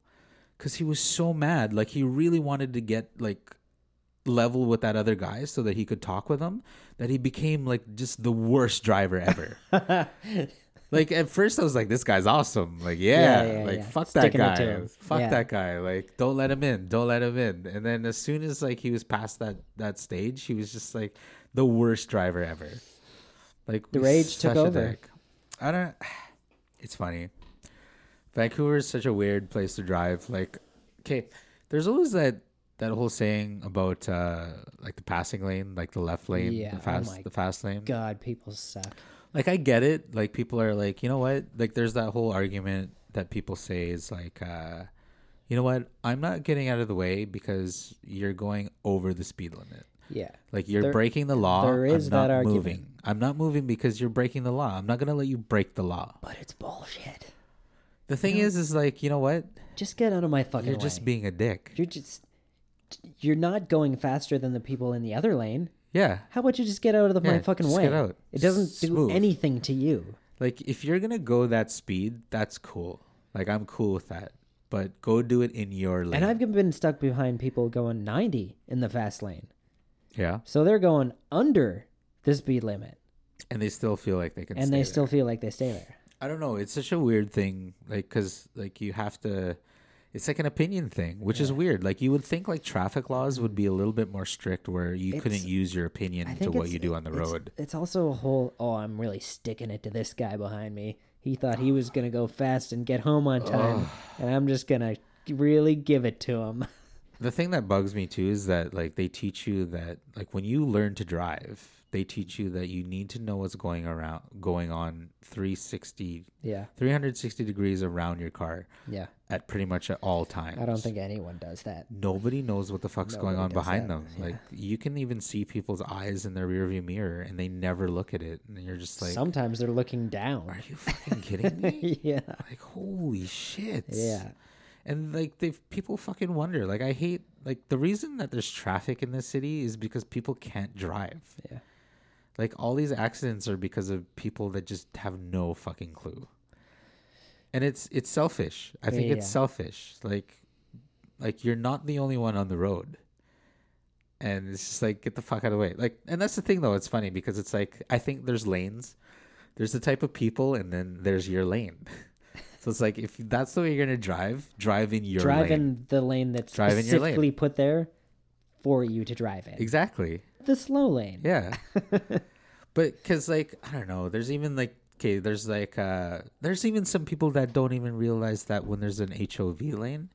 B: because he was so mad like he really wanted to get like level with that other guy so that he could talk with him that he became like just the worst driver ever
A: <laughs>
B: like at first i was like this guy's awesome like yeah,
A: Yeah, yeah,
B: like
A: yeah.
B: fuck
A: Sticking it
B: that
A: to
B: guy
A: him.
B: fuck
A: Yeah.
B: that guy like don't let him in don't let him in and then as soon as like he was past that that stage he was just like the worst driver ever like
A: The rage took
B: such a
A: over.
B: dick. i don't <sighs> it's funny vancouver is such a weird place to drive like okay there's always that that whole saying about uh like the passing lane like the left lane
A: Yeah,
B: the
A: oh
B: fast
A: my
B: the fast lane
A: God, people suck.
B: like I get it. Like people are like, you know what? Like there's that whole argument that people say is like, uh, you know what? I'm not getting out of the way because you're going over the speed limit.
A: Yeah.
B: Like you're
A: There-
B: breaking the law.
A: there is
B: I'm not
A: that argument.
B: moving. I'm not moving because you're breaking the law. I'm not gonna let you break the law.
A: But it's bullshit.
B: The thing is, is like, you know what?
A: Just get out of my fucking
B: You're
A: way.
B: just being a dick.
A: you're just. You're not going faster than the people in the other lane.
B: Yeah.
A: How about you just get out of the, my
B: Yeah,
A: fucking
B: just
A: way?
B: get out.
A: It doesn't
B: Smooth.
A: do anything to you.
B: Like if you're gonna go that speed, that's cool. Like I'm cool with that. But go do it in your lane.
A: And I've been stuck behind people going 90 in the fast lane.
B: yeah.
A: So they're going under the speed limit.
B: And they still feel like they can.
A: And
B: stay
A: they
B: there.
A: still feel like they stay there.
B: I don't know. It's such a weird thing, like because like you have to. It's like an opinion thing, which is weird. Like you would think like traffic laws would be a little bit more strict, where you couldn't
A: It's-
B: use your opinion to what
A: it's-
B: you do on the
A: it's-
B: road.
A: It's also a whole, oh, I'm really sticking it to this guy behind me. He thought he
B: <sighs>
A: was going to go fast and get home on time. and I'm just going to really give it to him. <laughs>
B: The thing that bugs me too is that like they teach you that like when you learn to drive, they teach you that you need to know what's going around going on 360
A: yeah.
B: 360 degrees around your car
A: Yeah.
B: at pretty much at all times.
A: I don't think anyone does that.
B: nobody knows what the fuck's going
A: Nobody
B: on
A: does
B: behind
A: that,
B: them.
A: yeah.
B: Like you can even see people's eyes in their rearview mirror, and they never look at it. And you're just like,
A: Sometimes they're looking
B: "Are
A: <laughs> down.
B: you fucking kidding me?
A: <laughs> yeah.
B: like, holy shit!"
A: Yeah.
B: And like they people fucking wonder. Like I hate like the reason that there's traffic in this city is because people can't drive.
A: Yeah.
B: Like all these accidents are because of people that just have no fucking clue. And it's it's selfish. I think it's
A: Yeah.
B: selfish. Like like you're not the only one on the road. And it's just like get the fuck out of the way. Like and that's the thing though, it's funny because it's like I think there's lanes. There's the type of people and then there's your lane. <laughs> so it's like if that's the way you're gonna drive, drive in your
A: Drive
B: lane.
A: in the lane that's
B: Drive in your lane.
A: specifically put there for you to drive in.
B: Exactly.
A: The slow lane. <laughs>
B: Yeah. but because like I don't know, there's even like okay, there's like uh there's even some people that don't even realize that when there's an HOV lane,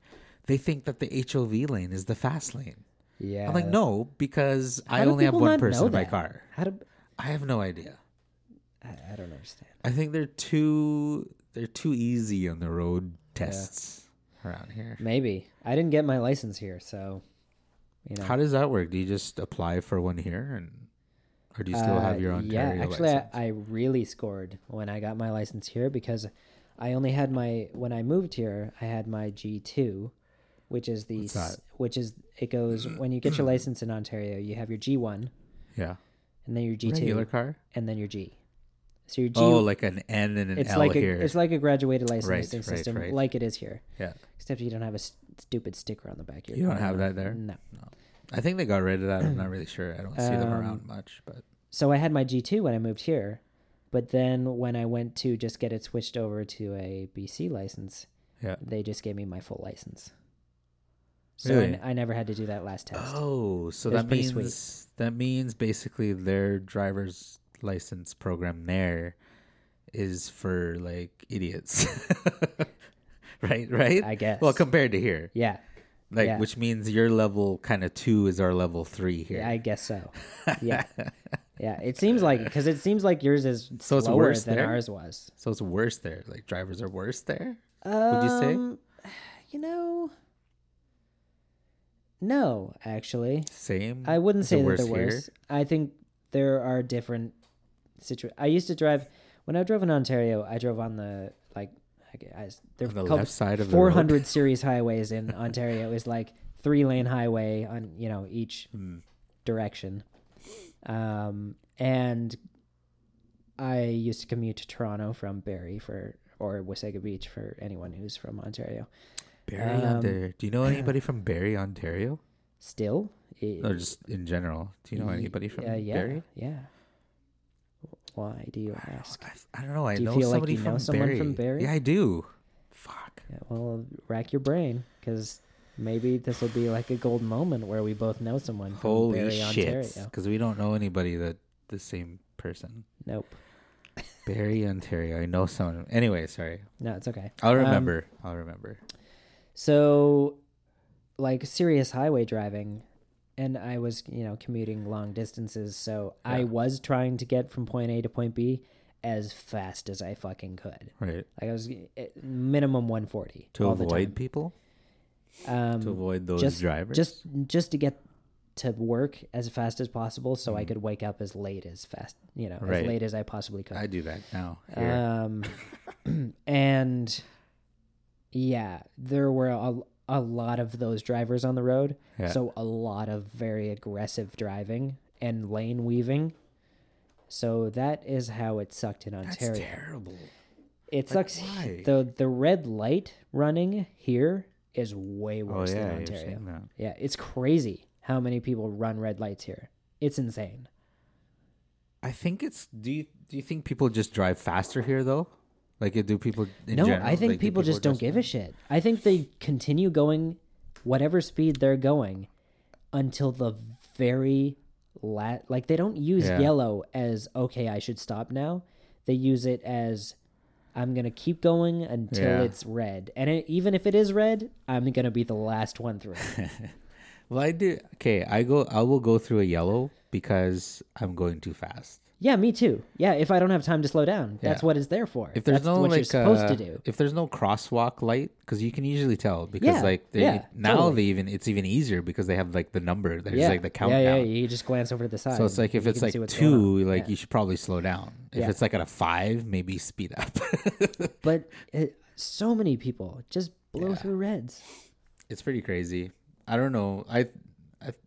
B: they think that the HOV lane is the fast lane.
A: Yeah.
B: I'm like no, because I
A: do
B: only have
A: people
B: one
A: not
B: person
A: know
B: in my
A: that?
B: car.
A: How do
B: I have no idea.
A: I, I don't understand.
B: I think they're too they're too easy on the road tests around here.
A: Maybe I didn't get my license here, so you know.
B: How does that work? Do you just apply for one here and or do you still
A: Uh,
B: have your Ontario
A: Yeah, actually, I,
B: license?
A: I really scored when I got my license here because I only had my when I moved here. I had my G two, which is the
B: What's
A: s-
B: that?
A: which is it goes when you get your license in Ontario, you have your G one
B: yeah.
A: and then your G
B: Regular
A: two
B: car?
A: and then your G. So your G.
B: Oh, like an N and an
A: it's
B: L
A: like
B: here.
A: a, it's like a graduated
B: Right,
A: licensing
B: right,
A: system,
B: right.
A: like it is here,
B: yeah.
A: except you don't have a s- stupid sticker on the back here.
B: You don't have that there?
A: No.
B: I think they got
A: Um,
B: rid of that. I'm not really sure. I don't see them around much, but
A: so I had my G2 when I moved here, But then when I went to just get it switched over to a BC license,
B: Yeah.
A: they just gave me my full license. So
B: Really?
A: I, I never had to do that last test.
B: Oh, so
A: It was
B: that
A: pretty sweet.
B: means that means basically their driver's license program there is for like idiots. <laughs> right, right?
A: I guess.
B: Well, compared to here.
A: Yeah,
B: Like
A: yeah.
B: which means your level kind of 2 is our level 3 here.
A: I guess
B: <laughs>
A: so. Yeah, yeah. It seems like because it seems like yours is
B: So it's
A: slower
B: worse
A: than
B: there?
A: ours was.
B: so it's worse there. Like drivers are worse there?
A: Um, <sighs>
B: you say?
A: You know, <sighs> no, actually,
B: Same.
A: I wouldn't
B: Is it
A: say that
B: worse
A: they're
B: here?
A: worse. I think there are different situations. I used to drive when I drove in Ontario. I drove on the like I gu- I, they're
B: On the
A: called
B: left side of the road. <laughs>
A: 400 series highways in Ontario is like three lane highway on you know each
B: Hmm.
A: direction, um, and I used to commute to Toronto from Barrie for or Wasaga Beach for anyone who's from Ontario.
B: Barrie,
A: Um,
B: Ontario. Do you
A: <clears throat>
B: know anybody from Barrie, Ontario?
A: Still, it,
B: Or Oh, just in general? Do you know
A: Ye-
B: anybody from
A: uh, yeah,
B: Barrie?
A: Yeah. Why do you
B: I
A: ask?
B: don't- I, I don't know. I
A: Do you
B: know
A: feel like
B: somebody
A: you know
B: from
A: someone
B: Barrie.
A: from Barrie?
B: Yeah, I do. Fuck.
A: Yeah, well, rack your brain because maybe this will be like a gold moment where we both know someone from
B: Holy
A: Barrie,
B: shit!
A: Ontario.
B: Because we don't know anybody that the same person.
A: Nope.
B: Barrie, Ontario. I know someone. Anyway, sorry.
A: No, it's okay.
B: I'll
A: Um,
B: remember. I'll remember.
A: so, like serious highway driving, and I was, you know, commuting long distances, so I
B: Yeah.
A: was trying to get from point A to point B as fast as I fucking could.
B: Right.
A: Like I was eh, minimum 140
B: To
A: all the time.
B: avoid people.
A: Um,
B: To avoid those
A: just,
B: drivers.
A: Just just to get to work as fast as possible, so I could wake up as late as fast, you know, as
B: Mm-hmm. Right.
A: late as I possibly could.
B: I do that now. here.
A: um,
B: <laughs>
A: and yeah, there were a, a lot of those drivers on the road,
B: Yeah.
A: so a lot of very aggressive driving and lane weaving. So that is how it sucked in
B: That's
A: Ontario.
B: terrible.
A: It
B: Like,
A: sucks.
B: why?
A: The the red light running here is way
B: Oh
A: worse
B: yeah,
A: than
B: you're
A: Ontario.
B: saying that.
A: Yeah, it's crazy how many people run red lights here. It's insane.
B: I think it's. Do you do you think people just drive faster here though? Like, do people? In
A: no,
B: general,
A: I think
B: like, do
A: people just don't give a shit. I think they continue going whatever speed they're going until the very la Like they don't use
B: Yeah.
A: yellow as okay, I should stop now. They use it as I'm gonna keep going until
B: Yeah.
A: it's red, and it, even if it is red, I'm gonna be the last one through.
B: Well, I do. Okay, I go. I will go through a yellow because I'm going too fast.
A: yeah, me too. Yeah, if I don't have time to slow down, that's
B: Yeah.
A: what it's there for.
B: If there's
A: that's
B: no
A: what
B: like,
A: you're supposed to
B: uh,
A: do.
B: if there's no crosswalk light, because you can usually tell because
A: Yeah,
B: like they,
A: yeah,
B: now
A: totally.
B: they even it's even easier because they have like the number. There's like the countdown.
A: Yeah, yeah, you just glance over to the side.
B: So it's like
A: and
B: if
A: you
B: it's
A: can see
B: like
A: what's going on.
B: two, like
A: Yeah.
B: you should probably slow down. If
A: Yeah.
B: it's like at a five, maybe speed up. <laughs>
A: But it, so many people just blow through reds.
B: it's pretty crazy. I don't know. I, I like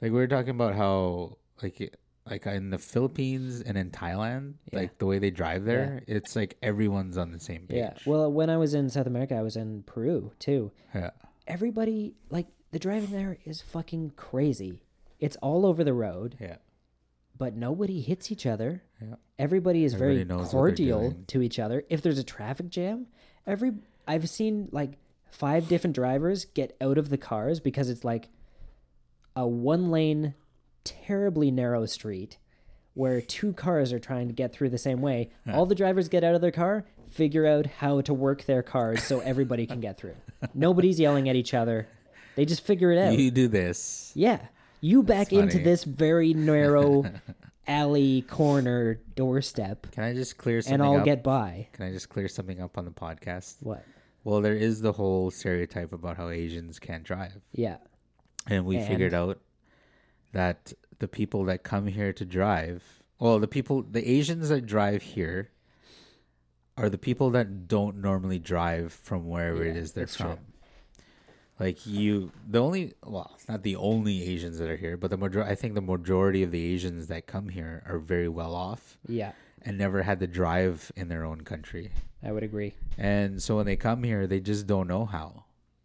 B: we were talking about how like it- like in the Philippines and in Thailand, like the way they drive there, it's like everyone's on the same page.
A: Yeah. Well, when I was in South America, I was in Peru too.
B: Yeah.
A: Everybody, like, the driving there is fucking crazy. It's all over the road,
B: Yeah.
A: but nobody hits each other.
B: Yeah.
A: Everybody is
B: Everybody knows
A: very
B: what they're
A: cordial
B: doing.
A: to each other. If there's a traffic jam, every I've seen like five different drivers get out of the cars because it's like a one lane terribly narrow street where two cars are trying to get through the same way. All the drivers get out of their car, figure out how to work their cars so everybody can get
B: <laughs>
A: through. Nobody's yelling at each other. They just figure it out.
B: You do this.
A: Yeah. You back into
B: funny.
A: this very
B: <laughs>
A: narrow alley corner doorstep
B: Can I just clear something
A: and I'll
B: up?
A: get by.
B: Can I just clear something up on the podcast?
A: What?
B: Well, there is the whole stereotype about how Asians can't drive.
A: Yeah.
B: and we figured out that the people that come here to drive well the people the asians that drive here are the people that don't normally drive from wherever it is they're from like you the only well not the only asians that are here but the major i think the majority of the asians that come here are very well off
A: Yeah.
B: and never had to drive in their own country
A: I would agree.
B: and so when they come <laughs> here, they just don't know how.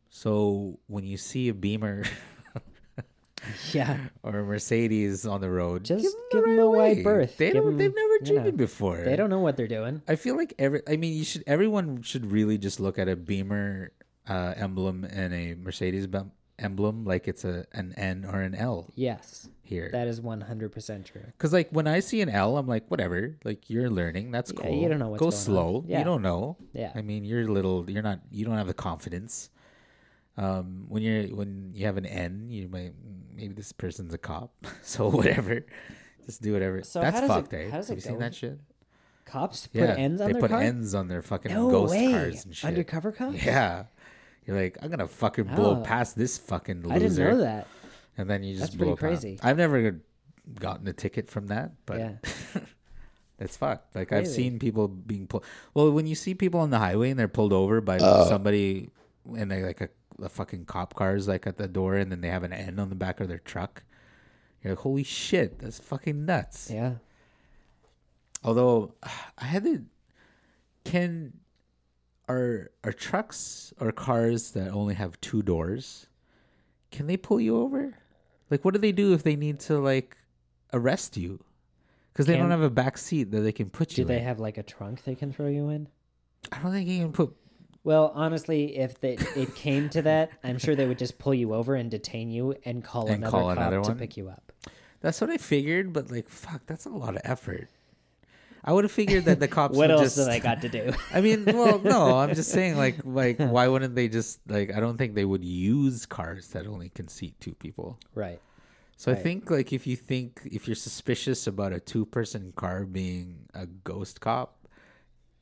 B: So when you see a beamer,
A: Yeah.
B: or a Mercedes on the road.
A: Just
B: the
A: give 'em a wide
B: way.
A: berth.
B: They
A: Give
B: don't.
A: 'em,
B: they've never
A: you
B: driven
A: know,
B: before.
A: They don't know what they're doing.
B: I feel like every. I mean, you should. Everyone should really just look at a Beamer uh, emblem and a Mercedes bem- emblem like it's a an N or an L
A: Yes,
B: here.
A: that is 100% true.
B: Cause like when I see an L, I'm like, whatever. Like you're learning, that's
A: Yeah,
B: cool.
A: you don't know what's
B: Go
A: going on.
B: slow.
A: Yeah.
B: You don't know.
A: Yeah.
B: I mean, you're little. You're not. You don't have the confidence. Um, when you're when you have an N, you might maybe this person's a cop. <laughs> so whatever, just do whatever.
A: So
B: that's
A: how does it-
B: fucked. eh?
A: how does
B: have
A: it
B: you
A: go?
B: seen that shit?
A: Cops put
B: Yeah,
A: ends on
B: they
A: their
B: put
A: car?
B: ends on their fucking
A: no
B: ghost
A: way.
B: cars and shit.
A: Undercover cops?
B: <laughs> Yeah. You're like, I'm gonna fucking blow
A: Oh.
B: past this fucking loser.
A: I didn't know that.
B: And then you just
A: That's
B: blow
A: pretty
B: it up.
A: crazy.
B: I've never gotten a ticket from that, but
A: Yeah.
B: <laughs> that's fucked. Like I've
A: Really?
B: seen people being pulled. Well, when you see people on the highway and they're pulled over by somebody, and they like a, a fucking cop car is like at the door, and then they have an N on the back of their truck. You're like, holy shit, that's fucking nuts.
A: Yeah.
B: Although <sighs> I had to, can are are trucks or cars that only have two doors? Can they pull you over? Like, what do they do if they need to like arrest you? Because they
A: Can-
B: don't have a back seat that they can put
A: Do
B: you.
A: they
B: in.
A: have like a trunk they can throw you in?
B: I don't think you can put.
A: Well, honestly, if they, it came to that, I'm sure they would just pull you over and detain you and call
B: And
A: another
B: call
A: cop
B: another
A: to
B: one?
A: pick you up.
B: That's what I figured, but like, fuck, that's a lot of effort. I would have
A: <laughs>
B: figured that the cops.
A: what
B: would
A: else do
B: just-
A: they got to do?
B: <laughs> I mean, well, no, I'm just saying, like, like, why wouldn't they just like? I don't think they would use cars that only can seat two people.
A: <laughs> right.
B: So I
A: Right.
B: think, like, if you think if you're suspicious about a two-person car being a ghost cop,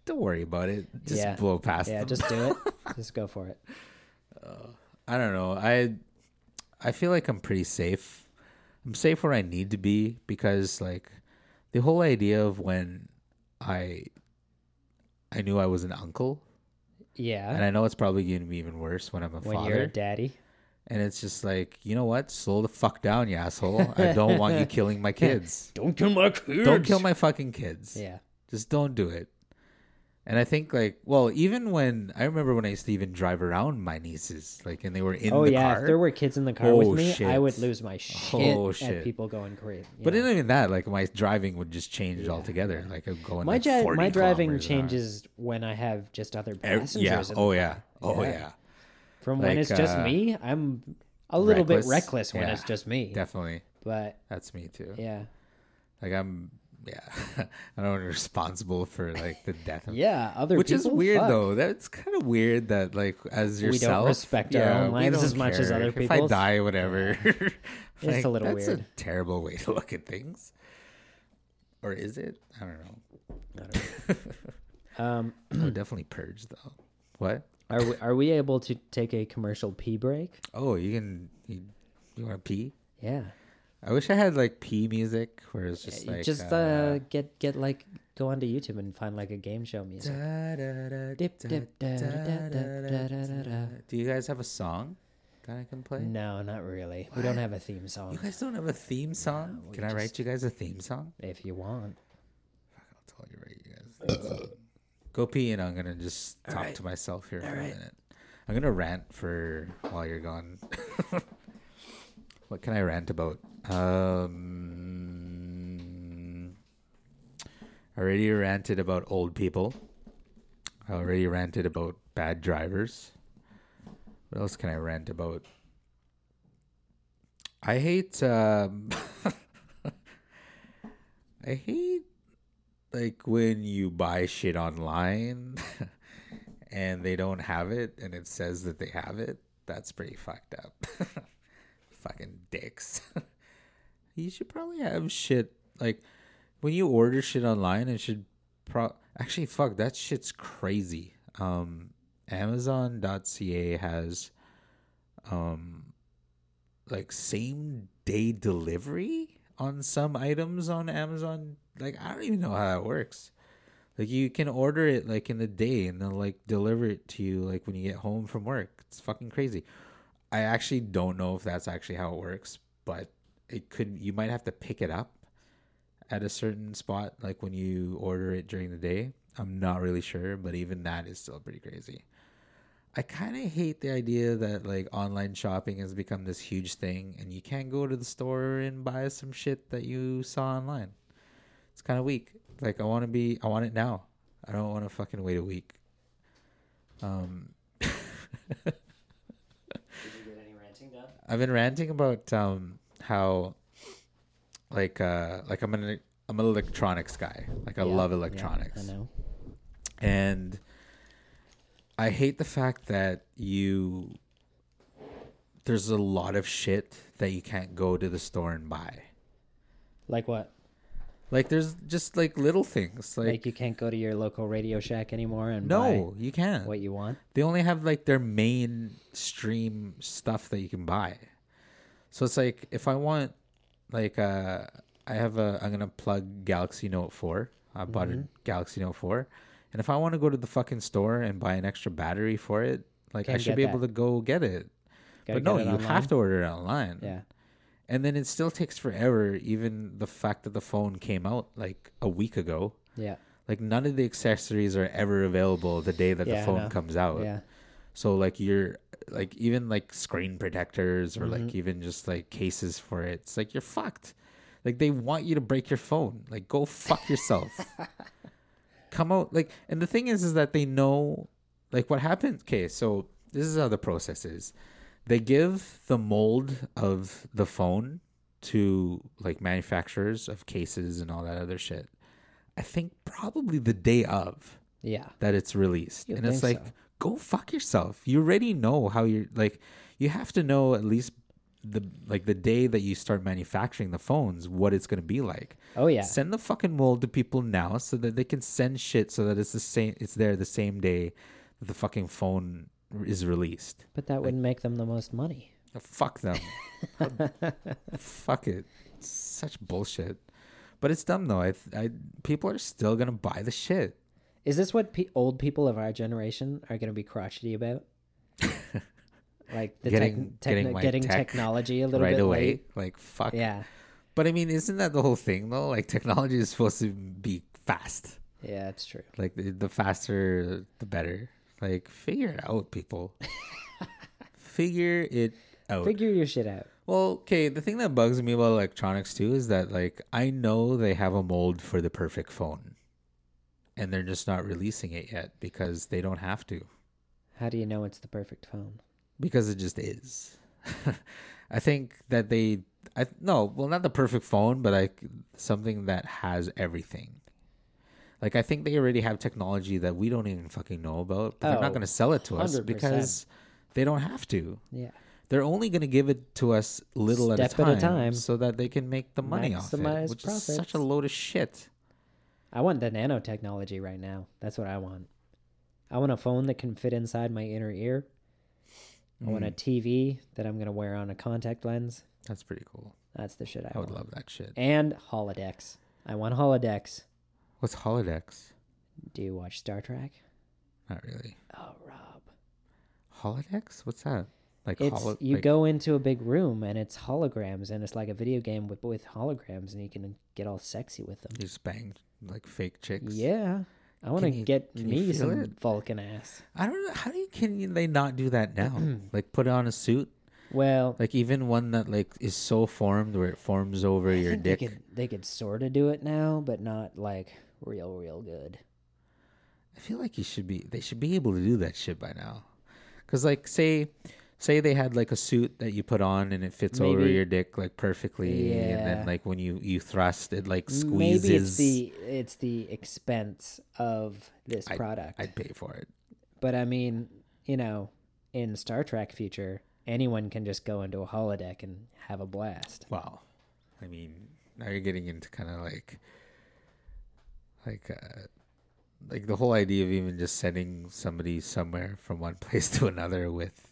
B: don't worry about it. Just
A: Yeah.
B: blow past.
A: Yeah,
B: them.
A: just do it.
B: <laughs>
A: just go for it.
B: I don't know. I I feel like I'm pretty safe. I'm safe where I need to be because like the whole idea of when I I knew I was an uncle, and
A: Yeah.
B: I know it's probably going to be even worse when I'm a
A: When
B: father.
A: you're a daddy.
B: and it's just like, you know what? Slow the fuck down, you asshole. I don't
A: <laughs>
B: want you killing my kids.
A: Don't kill my kids.
B: Don't kill my fucking kids.
A: Yeah.
B: Just don't do it. And I think like, well, even when I remember when I used to even drive around my nieces, like, and they were in
A: oh
B: the
A: yeah.
B: car.
A: If there were kids in the car
B: Oh,
A: with me, I
B: shit.
A: would lose my shit,
B: Oh,
A: at
B: shit.
A: people going crazy. you
B: But
A: know?
B: not even that, like my driving would just change altogether. Like I'm going.
A: my
B: like,
A: dri-
B: 40
A: my driving
B: kilometers an hour.
A: changes when I have just other
B: Ev-
A: passengers.
B: yeah.
A: in the
B: Oh
A: car.
B: yeah. Oh
A: Yeah.
B: yeah.
A: From when
B: like,
A: it's just
B: uh,
A: me, I'm a little
B: reckless.
A: bit reckless when
B: Yeah,
A: it's just me.
B: Definitely.
A: But
B: That's me too.
A: yeah,
B: Like I'm. Yeah. <laughs> I don't responsible for like the death of.
A: yeah. Other
B: Which is
A: people?
B: weird
A: Fuck.
B: though. That's kind of weird that like as
A: don't
B: yourself,
A: respect our own
B: we
A: lives
B: don't
A: as much as
B: care.
A: other
B: If I
A: people's.
B: die, whatever. <laughs>
A: a little
B: that's
A: weird.
B: a terrible way to look at things. Or is it? I don't know. <laughs>
A: Um,
B: I would definitely purge though. What?
A: are we are we able to take a commercial pee break?
B: Oh, you can. You, you want to pee?
A: Yeah.
B: I wish I had like pee music, where it's just
A: You
B: like
A: just uh, get get like go onto YouTube and find like a game show music. Dip, dip, da, da, da, da, da, da, da.
B: Do you guys have a song that I can play?
A: No, not really. We don't have a theme song.
B: You guys don't have a theme song? can I write you guys a theme song?
A: If you want.
B: I'll tell you right, you guys. a theme song. Go pee, and I'm gonna just talk to myself here for a minute. I'm gonna rant for while you're gone. <laughs> what can I rant about? Um, I already ranted about old people. I already ranted about bad drivers. What else can I rant about? I hate. Um, <laughs> I hate like when you buy shit online <laughs> and they don't have it and it says that they have it. That's pretty fucked up. <laughs> Fucking dicks. <laughs> you should probably have shit like when you order shit online. It should pro actually fuck that shit's crazy. Um, Amazon.ca has um like same day delivery on some items on Amazon. Like I don't even know how that works. Like you can order it like in the day and they'll like deliver it to you like when you get home from work. It's fucking crazy. I actually don't know if that's actually how it works, but it could you might have to pick it up at a certain spot like when you order it during the day. I'm not really sure, but even that is still pretty crazy. I kind of hate the idea that like online shopping has become this huge thing and you can't go to the store and buy some shit that you saw online. It's kind of weak. Like I want to be I want it now. I don't want to fucking wait a week. Um
A: Did you get any ranting done?
B: I've been ranting about um how like uh like I'm an I'm an electronics guy. Like I love electronics.
A: I know.
B: and I hate the fact that you there's a lot of shit that you can't go to the store and buy.
A: Like what?
B: Like there's just like little things
A: Like,
B: like,
A: you can't go to your local Radio Shack anymore and
B: no, you
A: buy
B: can't.
A: what you want.
B: They only have like their mainstream stuff that you can buy. So it's like if I want like uh I have a I'm gonna plug Galaxy Note 4. I bought
A: Mm-hmm.
B: a Galaxy Note 4. And if I want to go to the fucking store and buy an extra battery for it, like I
A: Can't
B: should
A: get
B: be able
A: that.
B: to go get it.
A: Gotta
B: but no,
A: get
B: you
A: it
B: have
A: online.
B: to order it online.
A: Yeah.
B: And then it still takes forever, even the fact that the phone came out like a week ago.
A: Yeah.
B: Like none of the accessories are ever available the day that
A: Yeah, I
B: the phone
A: know.
B: comes out.
A: Yeah.
B: So like you're like even like screen protectors or like even just like cases for it. It's like you're fucked. Like they want you to break your phone. Like go fuck yourself. Come out like and the thing is is that they know like what happens. Okay, so this is how the process is. They give the mold of the phone to like manufacturers of cases and all that other shit. I think probably the day of
A: Yeah.
B: that it's released.
A: You'd
B: and it's
A: think
B: like,
A: so.
B: go fuck yourself. You already know how you're like you have to know at least the like the day that you start manufacturing the phones, what it's gonna be like.
A: Oh yeah.
B: Send the fucking mold to people now so that they can send shit so that it's the same it's there the same day that the fucking phone is released.
A: But that wouldn't make them the most money.
B: Fuck
A: <laughs>
B: them. Fuck it. It's such bullshit. But it's dumb though. I, I people are still gonna buy the shit.
A: Is this what pe- old people of our generation are going to be crotchety
B: <laughs>
A: about? like the
B: Getting-
A: getting,
B: getting
A: getting,
B: my tech
A: technology a little
B: right
A: bit
B: away.
A: late.
B: Like fuck.
A: Yeah,
B: But I mean, isn't that the whole thing though? Like technology is supposed to be fast.
A: yeah, it's true.
B: Like the, the faster, the better. Like figure it out, people. figure it out.
A: Figure your shit out.
B: well, okay. The thing that bugs me about electronics too is that like I know they have a mold for the perfect phone, and they're just not releasing it yet because they don't have to
A: How do you know it's the perfect phone?
B: because it just is. <laughs> I think that they. I no, well, not the perfect phone, but like something that has everything. Like I think they already have technology that we don't even fucking know about. But they're not
A: Oh,
B: going to sell it to us
A: 100%.
B: because they don't have to.
A: Yeah,
B: They're only going to give it to us little at, a
A: Step at
B: time,
A: a time.
B: so that they can make the money off it,
A: Maximize
B: which is such
A: profits.
B: a load of shit.
A: I want the nanotechnology right now. That's what I want. I want a phone that can fit inside my inner ear. I want a TV that I'm going to wear on a contact lens.
B: Mm, That's pretty cool.
A: That's the shit I,
B: I would
A: want.
B: love that shit.
A: And holodecks. I want holodecks.
B: What's holodecks?
A: Do you watch Star Trek?
B: Not really.
A: Oh, Rob.
B: Holodecks? What's that? Like
A: It's
B: holo-
A: you
B: like-
A: go into a big room and it's holograms and it's like a video game with with holograms and you can get all sexy with them.
B: You just bang like fake chicks.
A: Yeah, I want to
B: you-
A: get
B: can you
A: me
B: feel
A: some
B: it?
A: Vulcan ass.
B: I don't know how do you can you- they not do
A: <clears throat>
B: that now? like put on a suit,
A: Well,
B: like even one that like is so formed where it forms over
A: I
B: your
A: think
B: dick.
A: they could they could sort of do it now, but not like real real good.
B: I feel like you should be they should be able to do that shit by now. Cuz like say say they had like a suit that you put on and it fits over
A: Maybe-
B: your dick like perfectly and
A: Yeah.
B: then like when you you thrust it like squeezes.
A: Maybe it's the it's the expense of this
B: I-
A: product,
B: I'd pay for it.
A: but I mean, you know, in Star Trek future, anyone can just go into a holodeck and have a blast.
B: Wow. I mean, now you're getting into kind of like, like, uh, like the whole idea of even just sending somebody somewhere from one <laughs> place to another with,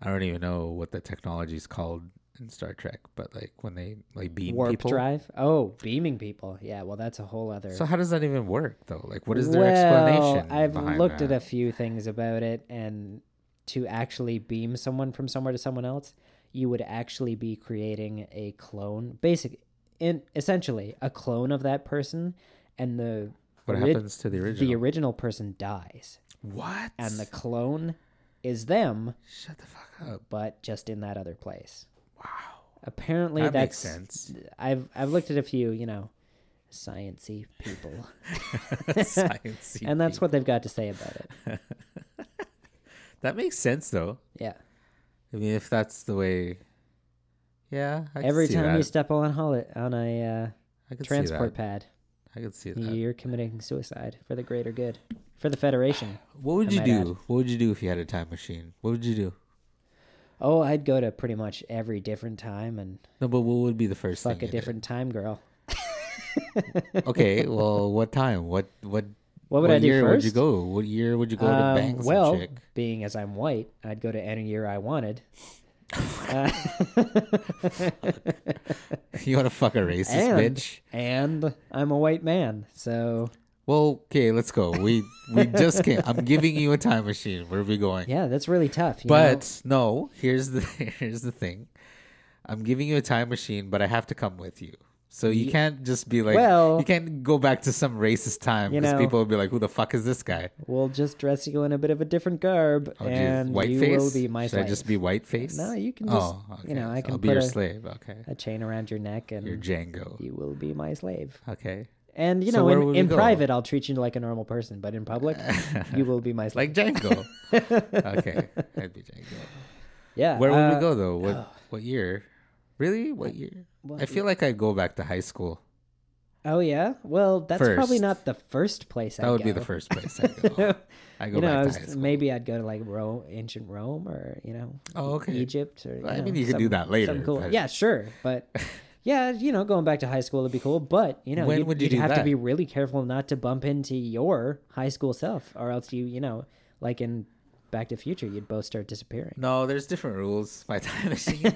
B: I don't even know what the technology is called in Star Trek, but like when they like beam
A: warp
B: people.
A: drive. Oh, beaming people. Yeah, well, that's a whole other.
B: So how does that even work though? Like, what is their
A: well,
B: explanation?
A: I've
B: behind
A: looked at a
B: that?
A: few things about it, and to actually beam someone from somewhere to someone else, you would actually be creating a clone, basic, in essentially a clone of that person, and the
B: What
A: orig-
B: happens to the original?
A: The original person dies,
B: what?
A: and the clone is them,
B: Shut the fuck up.
A: but just in that other place.
B: Wow.
A: Apparently,
B: That makes
A: that's
B: sense.
A: I've I've looked at a few, you know, sciency people, <laughs>
B: <laughs> Science.
A: and that's what they've got to say about it.
B: That makes sense though.
A: Yeah.
B: I mean, if that's the way. Yeah. I
A: Every
B: could see
A: time
B: that.
A: you step on holi- on a uh,
B: I could
A: transport
B: see that.
A: pad,
B: I could see that.
A: you're committing suicide for the greater good, for the Federation.
B: What would
A: I
B: you
A: might
B: do?
A: add.
B: What would you do if you had a time machine? What would you do?
A: Oh, I'd go to pretty much every different time and
B: No, but what would be the first
A: fuck
B: thing?
A: a
B: you did?
A: different time girl.
B: <laughs>
A: <laughs>
B: okay, well, what time? What what?
A: What would I do
B: year
A: first?
B: Would you go? What year would you go
A: Um,
B: to bang some
A: well,
B: chick?
A: being as I'm white, I'd go to any year I wanted. Uh,
B: <laughs> You want to fuck a
A: <laughs>
B: racist
A: and,
B: bitch?
A: and I'm a white man, so
B: Well, okay, let's go. We we just can't. I'm giving you a time machine. Where are we going?
A: yeah, that's really tough. you know?
B: But no, here's the <laughs> here's the thing. I'm giving you a time machine, but I have to come with you. So you can't just be like,
A: Well-
B: you can't go back to some racist time
A: You
B: because
A: know-
B: people will be like, "Who the fuck is this guy?"
A: we'll just dress you in a bit of a different garb,
B: Oh, geez.
A: and
B: white
A: you
B: face.
A: will be my
B: Should
A: slave.
B: I just be white face? Oh,
A: No, you can just- you know, I
B: so
A: can
B: I'll be
A: put
B: your
A: a-
B: slave. Okay,
A: a chain around your neck, and <laughs>
B: your Django.
A: you will be my slave.
B: Okay,
A: And you
B: So
A: know,
B: where
A: in,
B: would we
A: in
B: go?
A: private, I'll treat you like a normal person, but in public, you will be my slave.
B: <laughs> like
A: <laughs>
B: Django. okay, I'd be Django.
A: yeah.
B: Where would
A: uh,
B: we go though? What what year? Really? What year?
A: what
B: I feel like I'd go back to high school.
A: Oh yeah. Well, that's probably
B: First.
A: not the first place.
B: That
A: I'd
B: would be the
A: go.
B: first place
A: <laughs>
B: I go. I go
A: you know,
B: back
A: I
B: to
A: was,
B: high school.
A: maybe I'd go to like Rome, ancient Rome, or you know,
B: Oh, okay.
A: Egypt, or
B: I
A: know,
B: mean, you could do
A: some-
B: that later,
A: something Cool.
B: but-
A: Yeah, sure,
B: <laughs>
A: but yeah, you know, going back to high school would be cool. But you know,
B: When
A: you'd,
B: would you
A: you'd
B: do
A: have
B: that?
A: to be really careful not to bump into your high school self, or else you, you know, like in Back to the Future, you'd both start
B: <laughs>
A: disappearing.
B: No, there's different rules. <laughs> My time machine.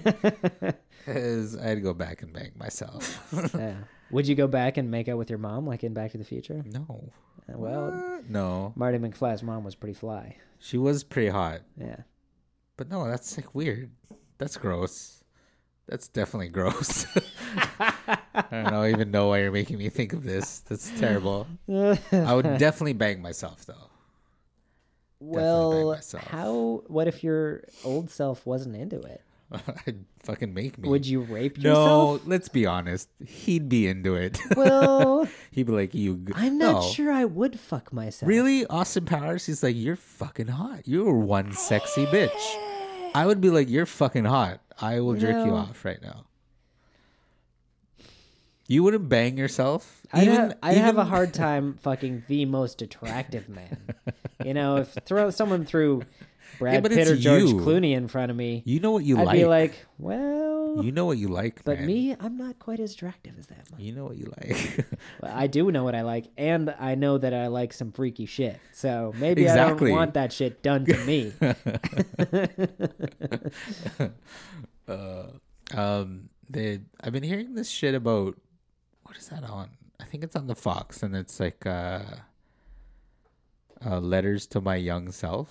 A: <laughs>
B: Because I'd go back and bang myself.
A: Yeah. Would you go back and make out with your mom like in Back to the Future?
B: no.
A: Uh, Well,
B: What? no.
A: Marty McFly's mom was pretty fly.
B: She was pretty hot. <laughs>
A: Yeah. <laughs>
B: But no, that's like weird. That's gross. That's definitely gross. <laughs> I don't know, even know why you're making me think of this. That's terrible. I
A: <laughs>
B: would definitely bang myself though. <laughs>
A: Well,
B: myself.
A: how? What if your old self wasn't into it?
B: I'd fucking make me.
A: Would you rape
B: no,
A: yourself?
B: let's be honest. He'd be into it.
A: Well,
B: <laughs> He'd be like, "You." g-
A: I'm not
B: No.
A: sure I would fuck myself.
B: Really, Austin Powers? He's like, "You're fucking hot. You're one sexy bitch." I would be like, "You're fucking hot. I will jerk you
A: No.
B: off right now." You wouldn't bang yourself.
A: I'd,
B: Even-
A: have, I'd have a
B: even- <laughs>
A: hard time fucking the most attractive man. you know, if throw someone
B: <laughs>
A: threw Brad
B: but
A: Pitt or
B: it's
A: George
B: you.
A: Clooney in front of me,
B: You know what you
A: I'd
B: like.
A: be like, well,
B: You know what you like,
A: but
B: man.
A: me, I'm not quite as attractive as that. Much.
B: You know what you like.
A: But I do know what I like, and I know that I like some freaky shit. So maybe I
B: Exactly.
A: don't want that shit done to
B: <laughs>
A: me. <laughs>
B: <laughs> Uh, um, they. I've been hearing this shit about. What is that on? I think it's on the Fox, and it's like uh, uh, letters to my young self.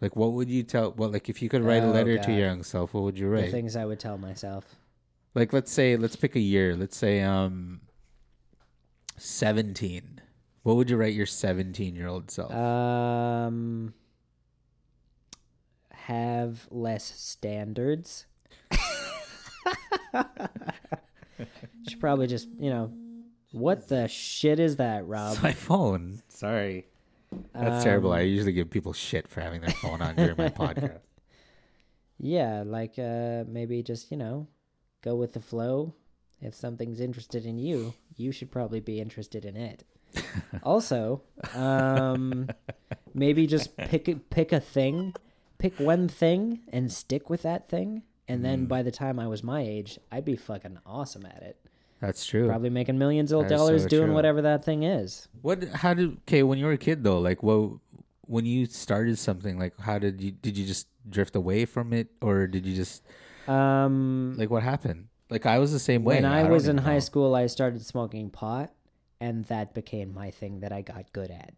B: Like, what would you tell? Well, like, if you could write a
A: Oh,
B: letter to
A: God.
B: your young self, what would you
A: The
B: write?
A: things I would tell myself.
B: like let's say let's pick a year let's say um 17 what would you write your 17 year old self
A: Um, have less
B: <laughs>
A: standards. Should probably just, you know, what the shit is that, Rob?
B: <laughs>
A: Um,
B: my phone sorry that's terrible i usually give people shit for having their phone on
A: <laughs>
B: during my podcast
A: Yeah, like uh, maybe just you know, go with the flow. If something's interested in you, you should probably be interested in
B: <laughs>
A: it. also, um, maybe just pick a- pick a thing, pick one thing, and stick with that thing. And
B: Mm.
A: then by the time I was my age, I'd be fucking awesome at it.
B: that's true
A: Probably making millions of
B: That is
A: dollars
B: so
A: doing
B: true.
A: whatever that thing is.
B: what how did okay when you were a kid though like what when you started something like how did you did you just drift away from it or did you just
A: Um,
B: like what happened like i was the same way
A: when I,
B: don't
A: was in
B: even
A: high
B: know.
A: school, I started smoking pot, and that became my thing that I got good at.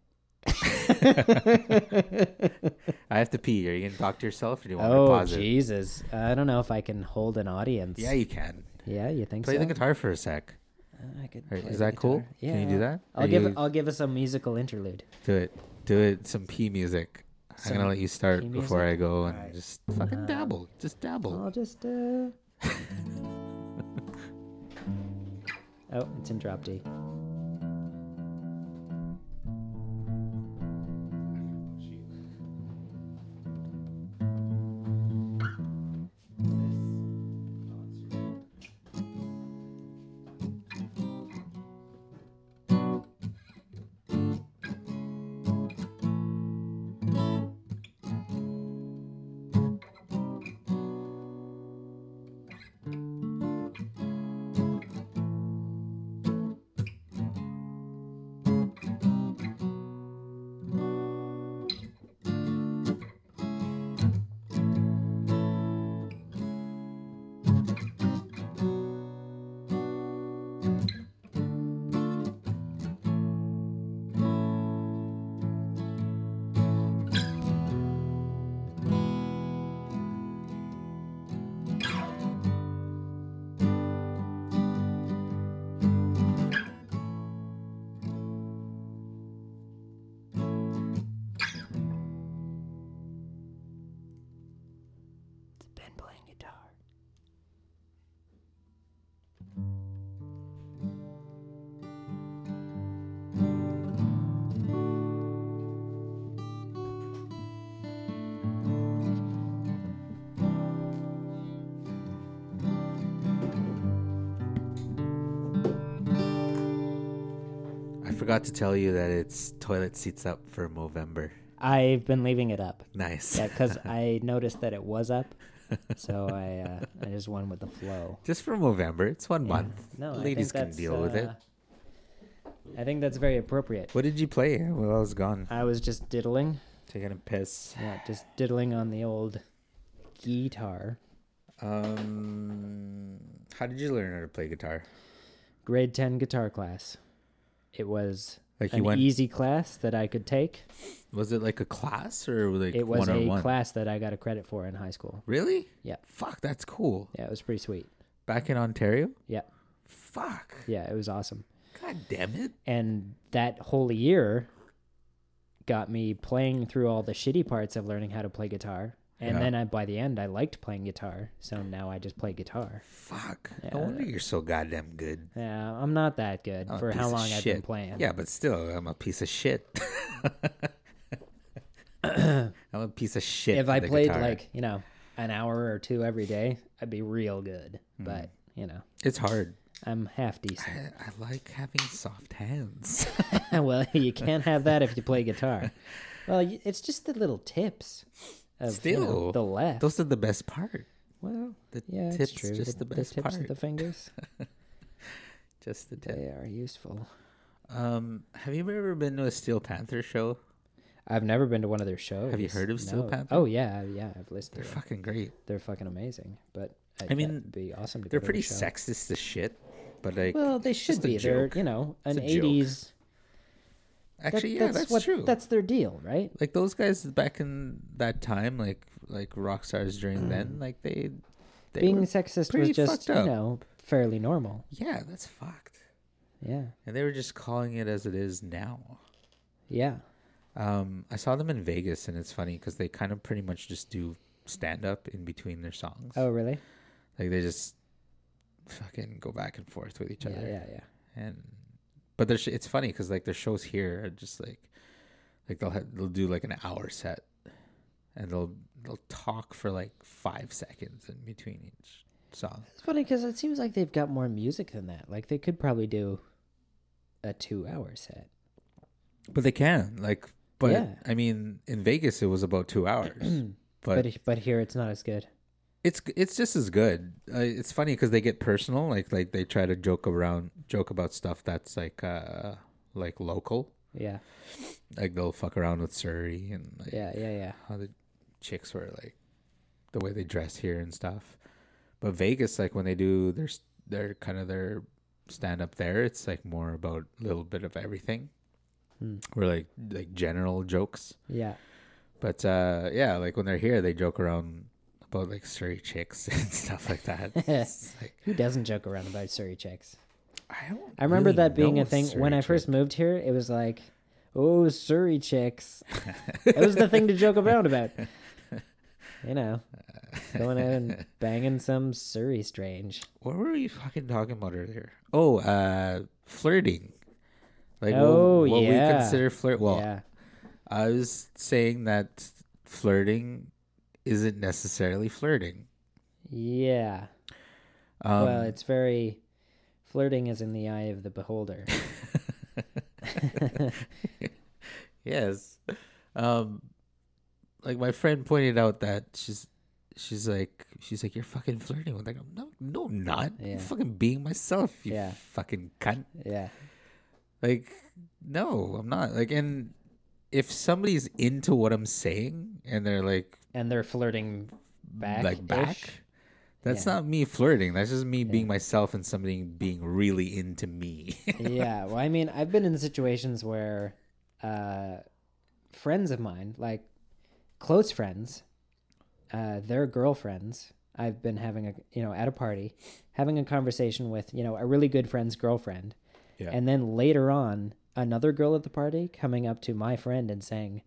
B: i have to pee are you gonna talk to yourself or do you want me to
A: Oh
B: pause it
A: Jesus! I don't know if I can hold an audience.
B: yeah you can
A: yeah, you think
B: play
A: so?
B: the guitar for a sec
A: Uh, I could
B: Alright,
A: play
B: is
A: the
B: that cool?
A: guitar.
B: Can you do that?
A: I'll
B: Are
A: give
B: you-
A: I'll give us a musical interlude.
B: Do it. Do it. Some P music. I'm gonna let you start
A: key
B: before I
A: music?
B: go and
A: Alright.
B: just
A: Uh,
B: fucking dabble. Just dabble.
A: I'll just uh. <laughs> oh, it's in drop D. It's Ben playing guitar.
B: I forgot to tell you that it's toilet seats up for Movember.
A: I've been leaving it up.
B: Nice.
A: Yeah,
B: <laughs>
A: because I noticed that it was up, so I uh, I just went with the
B: <laughs>
A: flow.
B: just for Movember. It's one
A: Yeah.
B: month.
A: No, I
B: Ladies
A: think
B: can
A: that's,
B: deal with it.
A: uh, I think that's very appropriate.
B: What did you play while I was gone?
A: I was just diddling,
B: Taking a piss.
A: yeah, just diddling on the old guitar.
B: Um, how did you learn how to play guitar?
A: Grade ten guitar class. It was
B: Like you
A: an
B: went?
A: easy class that I could take.
B: Was it like a class or like
A: It was a
B: one-on-one?
A: class that I got a credit for in high school.
B: Really?
A: Yeah.
B: Fuck, that's cool.
A: Yeah, it was pretty sweet.
B: Back in Ontario.
A: Yeah,
B: Fuck.
A: yeah, it was awesome.
B: God damn it.
A: and that whole year got me playing through all the shitty parts of learning how to play guitar and
B: Yeah.
A: then I, by the end i liked playing guitar so now i just play guitar
B: Fuck.
A: Yeah.
B: No wonder you're so goddamn good.
A: yeah i'm not that good
B: I'm a
A: for
B: Oh, piece
A: how
B: of
A: long i've been
B: shit.
A: playing
B: Yeah, but still, I'm a piece of
A: <coughs>
B: shit. <coughs> I'm a piece of shit.
A: if
B: at
A: i
B: the
A: played
B: guitar.
A: like you know an hour or two every day i'd be real good
B: Hmm.
A: but you know
B: it's hard.
A: i'm half
B: I,
A: decent <laughs>
B: Uh, I like having soft hands. <laughs>
A: well you can't have that if you play guitar well y- it's just the little tips of you know,
B: Still,
A: the left
B: Those are the best part.
A: well
B: The
A: yeah it's
B: tips,
A: true
B: just the, best
A: tips
B: part.
A: of the
B: <laughs>
A: fingers
B: just the tip.
A: They are useful.
B: Um, have you ever been to a Steel Panther show?
A: I've never been to one of their shows.
B: you heard of Steel Panther?
A: Oh yeah, yeah, I've listened to
B: They're
A: them.
B: fucking great.
A: They're fucking amazing. But I,
B: mean,
A: it'd be awesome to.
B: They're
A: go to a
B: pretty
A: show.
B: sexist as shit, but like,
A: Well, they
B: it's
A: should
B: just a
A: be. They're
B: joke.
A: you know an
B: a joke.
A: '80s. that-
B: actually, yeah, that's,
A: what,
B: true.
A: That's their deal, right?
B: like those guys back in that time, like like rock stars during then, like they, they
A: Mm. Being
B: were-
A: sexist was
B: pretty
A: just
B: fucked
A: you
B: up.
A: know fairly normal.
B: yeah, that's fucked.
A: Yeah,
B: And they were just calling it as it is now.
A: yeah.
B: Um, I saw them in Vegas, and it's funny because they kind of pretty much just do stand up in between their songs.
A: Oh really?
B: Like they just fucking go back and forth with each
A: Yeah,
B: other.
A: yeah, yeah.
B: and but there's it's funny because like their shows here are just like like they'll have, they'll do like an hour set and they'll they'll talk for like five seconds in between each song
A: It's funny because it seems like they've got more music than that. Like they could probably do a two-hour set.
B: but they can like but
A: Yeah.
B: i mean in vegas it was about two
A: <clears throat>
B: hours but,
A: but but here it's not as good.
B: it's it's just as good uh, it's funny because they get personal like like they try to joke around joke about stuff that's like uh like local
A: Yeah,
B: like they'll fuck around with surrey and like
A: yeah, yeah, yeah.
B: how the chicks were like the way they dress here and stuff. But Vegas, like when they do their s- their kind of their stand up there, it's like more about a little bit of everything.
A: Hmm.
B: Or like like general jokes.
A: Yeah.
B: But uh yeah, like when they're here they joke around about like Surrey chicks <laughs> and stuff like
A: <laughs>
B: that. It's like
A: Who doesn't joke around about Surrey chicks?
B: I don't
A: I remember
B: really
A: that being
B: know
A: a thing when
B: Surrey
A: I first
B: chick.
A: moved here. It was like, oh Surrey
B: <laughs>
A: chicks. It was the thing to joke around about. You know, going out and banging some Surrey strange.
B: What were we fucking talking about earlier? Oh, uh, flirting. Like what-
A: Oh,
B: what,
A: yeah.
B: we consider flirt. Well,
A: yeah,
B: I was saying that flirting isn't necessarily flirting.
A: yeah.
B: Um,
A: well, it's very flirting is in the eye of the
B: <laughs>
A: beholder. <laughs>
B: yes. Um, like my friend pointed out that she's she's like she's like you're fucking flirting with like no no I'm not
A: Yeah.
B: I'm fucking being myself you
A: Yeah.
B: fucking cunt
A: yeah,
B: like no I'm not like and if somebody's into what I'm saying and they're like
A: and they're flirting back.
B: like back that's
A: Yeah.
B: not me flirting that's just me being myself and somebody being really
A: <laughs>
B: into me <laughs>
A: yeah. Well, I mean, I've been in situations where uh, friends of mine, like close friends, uh, their girlfriends, I've been having a, you know, at a party, having a conversation with, you know, a really good friend's girlfriend.
B: Yeah.
A: And then later on, another girl at the party coming up to my friend and saying,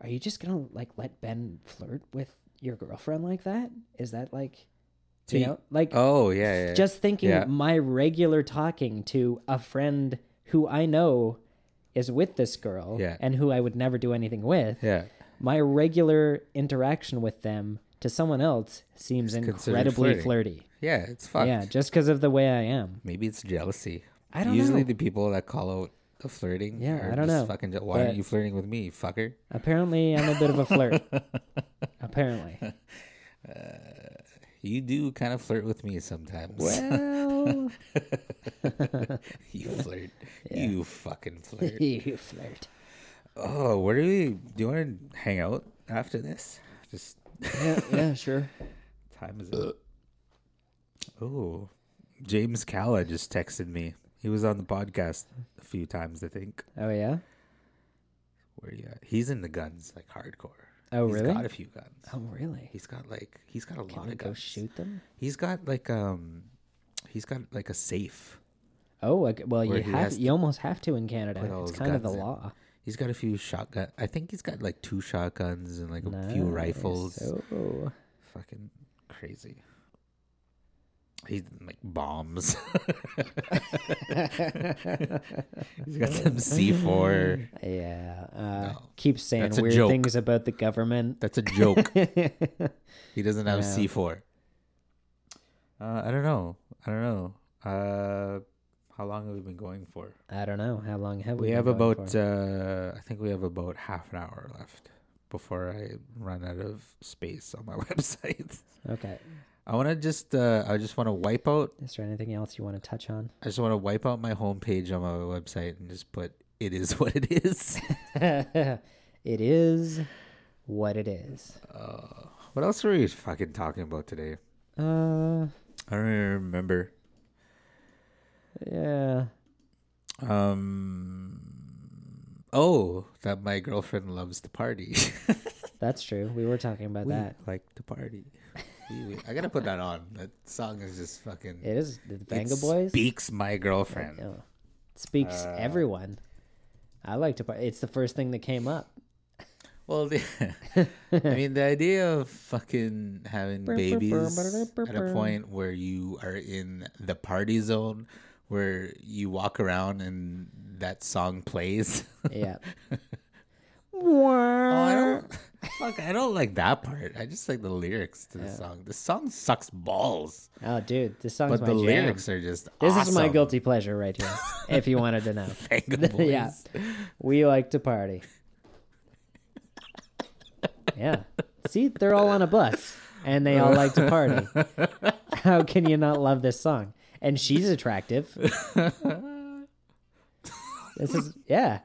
A: Are you just going to, like, let Ben flirt with your girlfriend like that? Is that, like,
B: To
A: you
B: y-
A: know, like,
B: oh yeah, yeah.
A: just thinking
B: Yeah.
A: my regular talking to a friend who I know is with this girl
B: Yeah.
A: and who I would never do anything with,
B: yeah
A: my regular interaction with them to someone else seems
B: considered
A: incredibly
B: flirting.
A: flirty.
B: yeah it's fucked
A: Yeah, just because of the way I am.
B: Maybe it's jealousy.
A: I don't
B: Usually
A: know.
B: the people that call out the flirting.
A: Yeah,
B: are
A: I don't
B: just
A: know,
B: Fucking, je- why
A: but-
B: aren't you flirting with me, fucker?
A: Apparently, I'm a bit of a
B: <laughs>
A: flirt. Apparently.
B: You do kind of flirt with me sometimes.
A: <laughs> Well,
B: <laughs>
A: <laughs>
B: you flirt. You fucking flirt.
A: you flirt.
B: oh, what are we? Do you want to hang out after this? Just
A: Yeah, yeah, sure.
B: time is up.
A: Uh.
B: oh, James Calla just texted me. He was on the podcast a few times, I think.
A: Oh, yeah?
B: Where yeah, he's in the guns like hardcore.
A: Oh,
B: He's
A: really?
B: got a few guns.
A: Oh, really?
B: He's got like he's got a lot
A: Can we
B: of
A: go
B: guns.
A: shoot them?
B: He's got like um, he's got like a safe.
A: Oh, okay. well,
B: Where
A: you
B: he
A: have
B: has to
A: you almost have to in Canada.
B: put all
A: It's
B: his
A: kind of the
B: guns in.
A: law.
B: He's got a few shotgun. I think he's got like two shotguns and like a few
A: Nice.
B: rifles.
A: <laughs> Oh,
B: Fucking crazy. He's like bombs. <laughs> <laughs> he's got some C four.
A: yeah. Uh,
B: No.
A: Keep saying
B: That's a
A: weird
B: joke.
A: things about the government.
B: That's a joke.
A: yeah,
B: He doesn't have
A: Yeah.
B: C four. Uh, I don't know. I don't know. Uh, how long have we been going for?
A: <laughs> I don't know how long have we?
B: We have
A: been going
B: about,
A: for?
B: uh, I think we have about half an hour left before I run out of space on my <laughs> website.
A: okay.
B: I want to just, uh, I just want to wipe out,
A: Is there anything else you want to touch on? <laughs>
B: I just want to wipe out my homepage on my website and just put, it is what it is.
A: it is what it is.
B: what else were we fucking talking about today?
A: Uh,
B: I don't even remember.
A: yeah.
B: Um, oh, that my girlfriend loves to party.
A: That's true. We were talking about
B: <laughs> We
A: that.
B: like to party. We- we- I gotta put that on. That song is just fucking.
A: It is the Banga
B: it
A: Boys.
B: Speaks my girlfriend.
A: Oh. Speaks
B: Uh,
A: everyone. I like to. par- It's the first thing that came up.
B: Well, the, <laughs> I mean, the idea of fucking having babies at a point where you are in the party zone, where you walk around and that song plays. <laughs>
A: Yeah.
B: Oh, I don't, <laughs> fuck, I don't like that part. I just like the lyrics to the song. The song sucks balls,
A: Oh, dude, this song's my
B: but the
A: jam.
B: lyrics are just.
A: This is my
B: awesome. <laughs>
A: guilty pleasure right here. if you wanted to know, <laughs>
B: Banga Boys.
A: yeah, we like to party. Yeah, see, they're all on a bus and they all like to
B: <laughs>
A: party. How can you not love this song? And she's attractive. This is yeah,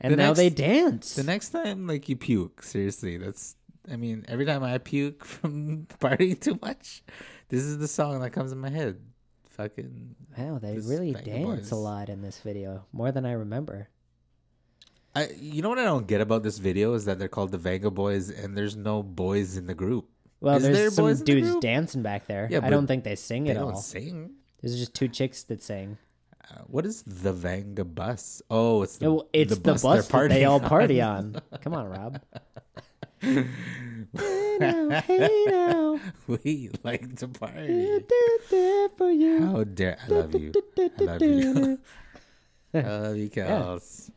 A: and
B: The
A: now they
B: next-
A: dance.
B: The next time, like you puke, seriously. That's I mean, every time I puke <laughs> from partying too much, this is the song that comes in my head. Fucking,
A: wow, they
B: this
A: really
B: Bang
A: dance a
B: Boys.
A: lot in this video, more than I remember.
B: I. You know what I don't get about this video is that they're called the Vanga Boys, and there's no boys in the group.
A: Well,
B: Is
A: there's
B: there
A: some
B: boys in the
A: dudes
B: group?
A: dancing back there.
B: Yeah,
A: I
B: but
A: don't think they sing
B: They
A: at
B: don't
A: all.
B: sing.
A: There's just two chicks that sing.
B: Uh, what is the Vanga bus? Oh, it's the
A: No, it's the, bus,
B: they're
A: that they
B: partying
A: all
B: on.
A: party on. Come on, Rob.
B: <laughs> we like to party.
A: for <laughs> you.
B: How dare I love you? I
A: <laughs>
B: love you. <laughs> I love you, Kels.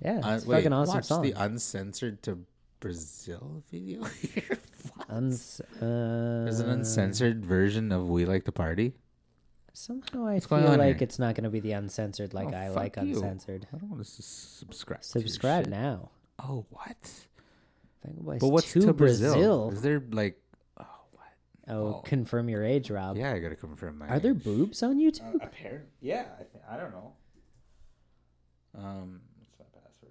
A: Yeah,
B: Un-
A: it's a
B: wait,
A: fucking awesome
B: watch
A: song.
B: the uncensored to Brazil video <laughs> here. What?
A: Uns-
B: There's an
A: uh,
B: uncensored version of "We Like to Party."
A: Somehow I
B: going
A: feel
B: on
A: like
B: here?
A: it's not going to be the uncensored like
B: Oh,
A: I
B: fuck
A: like
B: you.
A: uncensored.
B: I don't want to subscribe. to your
A: Subscribe
B: shit.
A: now.
B: Oh, what?
A: Venga Boys
B: But what's
A: to, Brazil?
B: Is there like? Oh, what?
A: Oh, confirm your age, Rob.
B: Yeah, I gotta confirm my.
A: Are there boobs on YouTube? <laughs>
B: Apparent? Yeah, I, th- I don't know. Um, what's my password?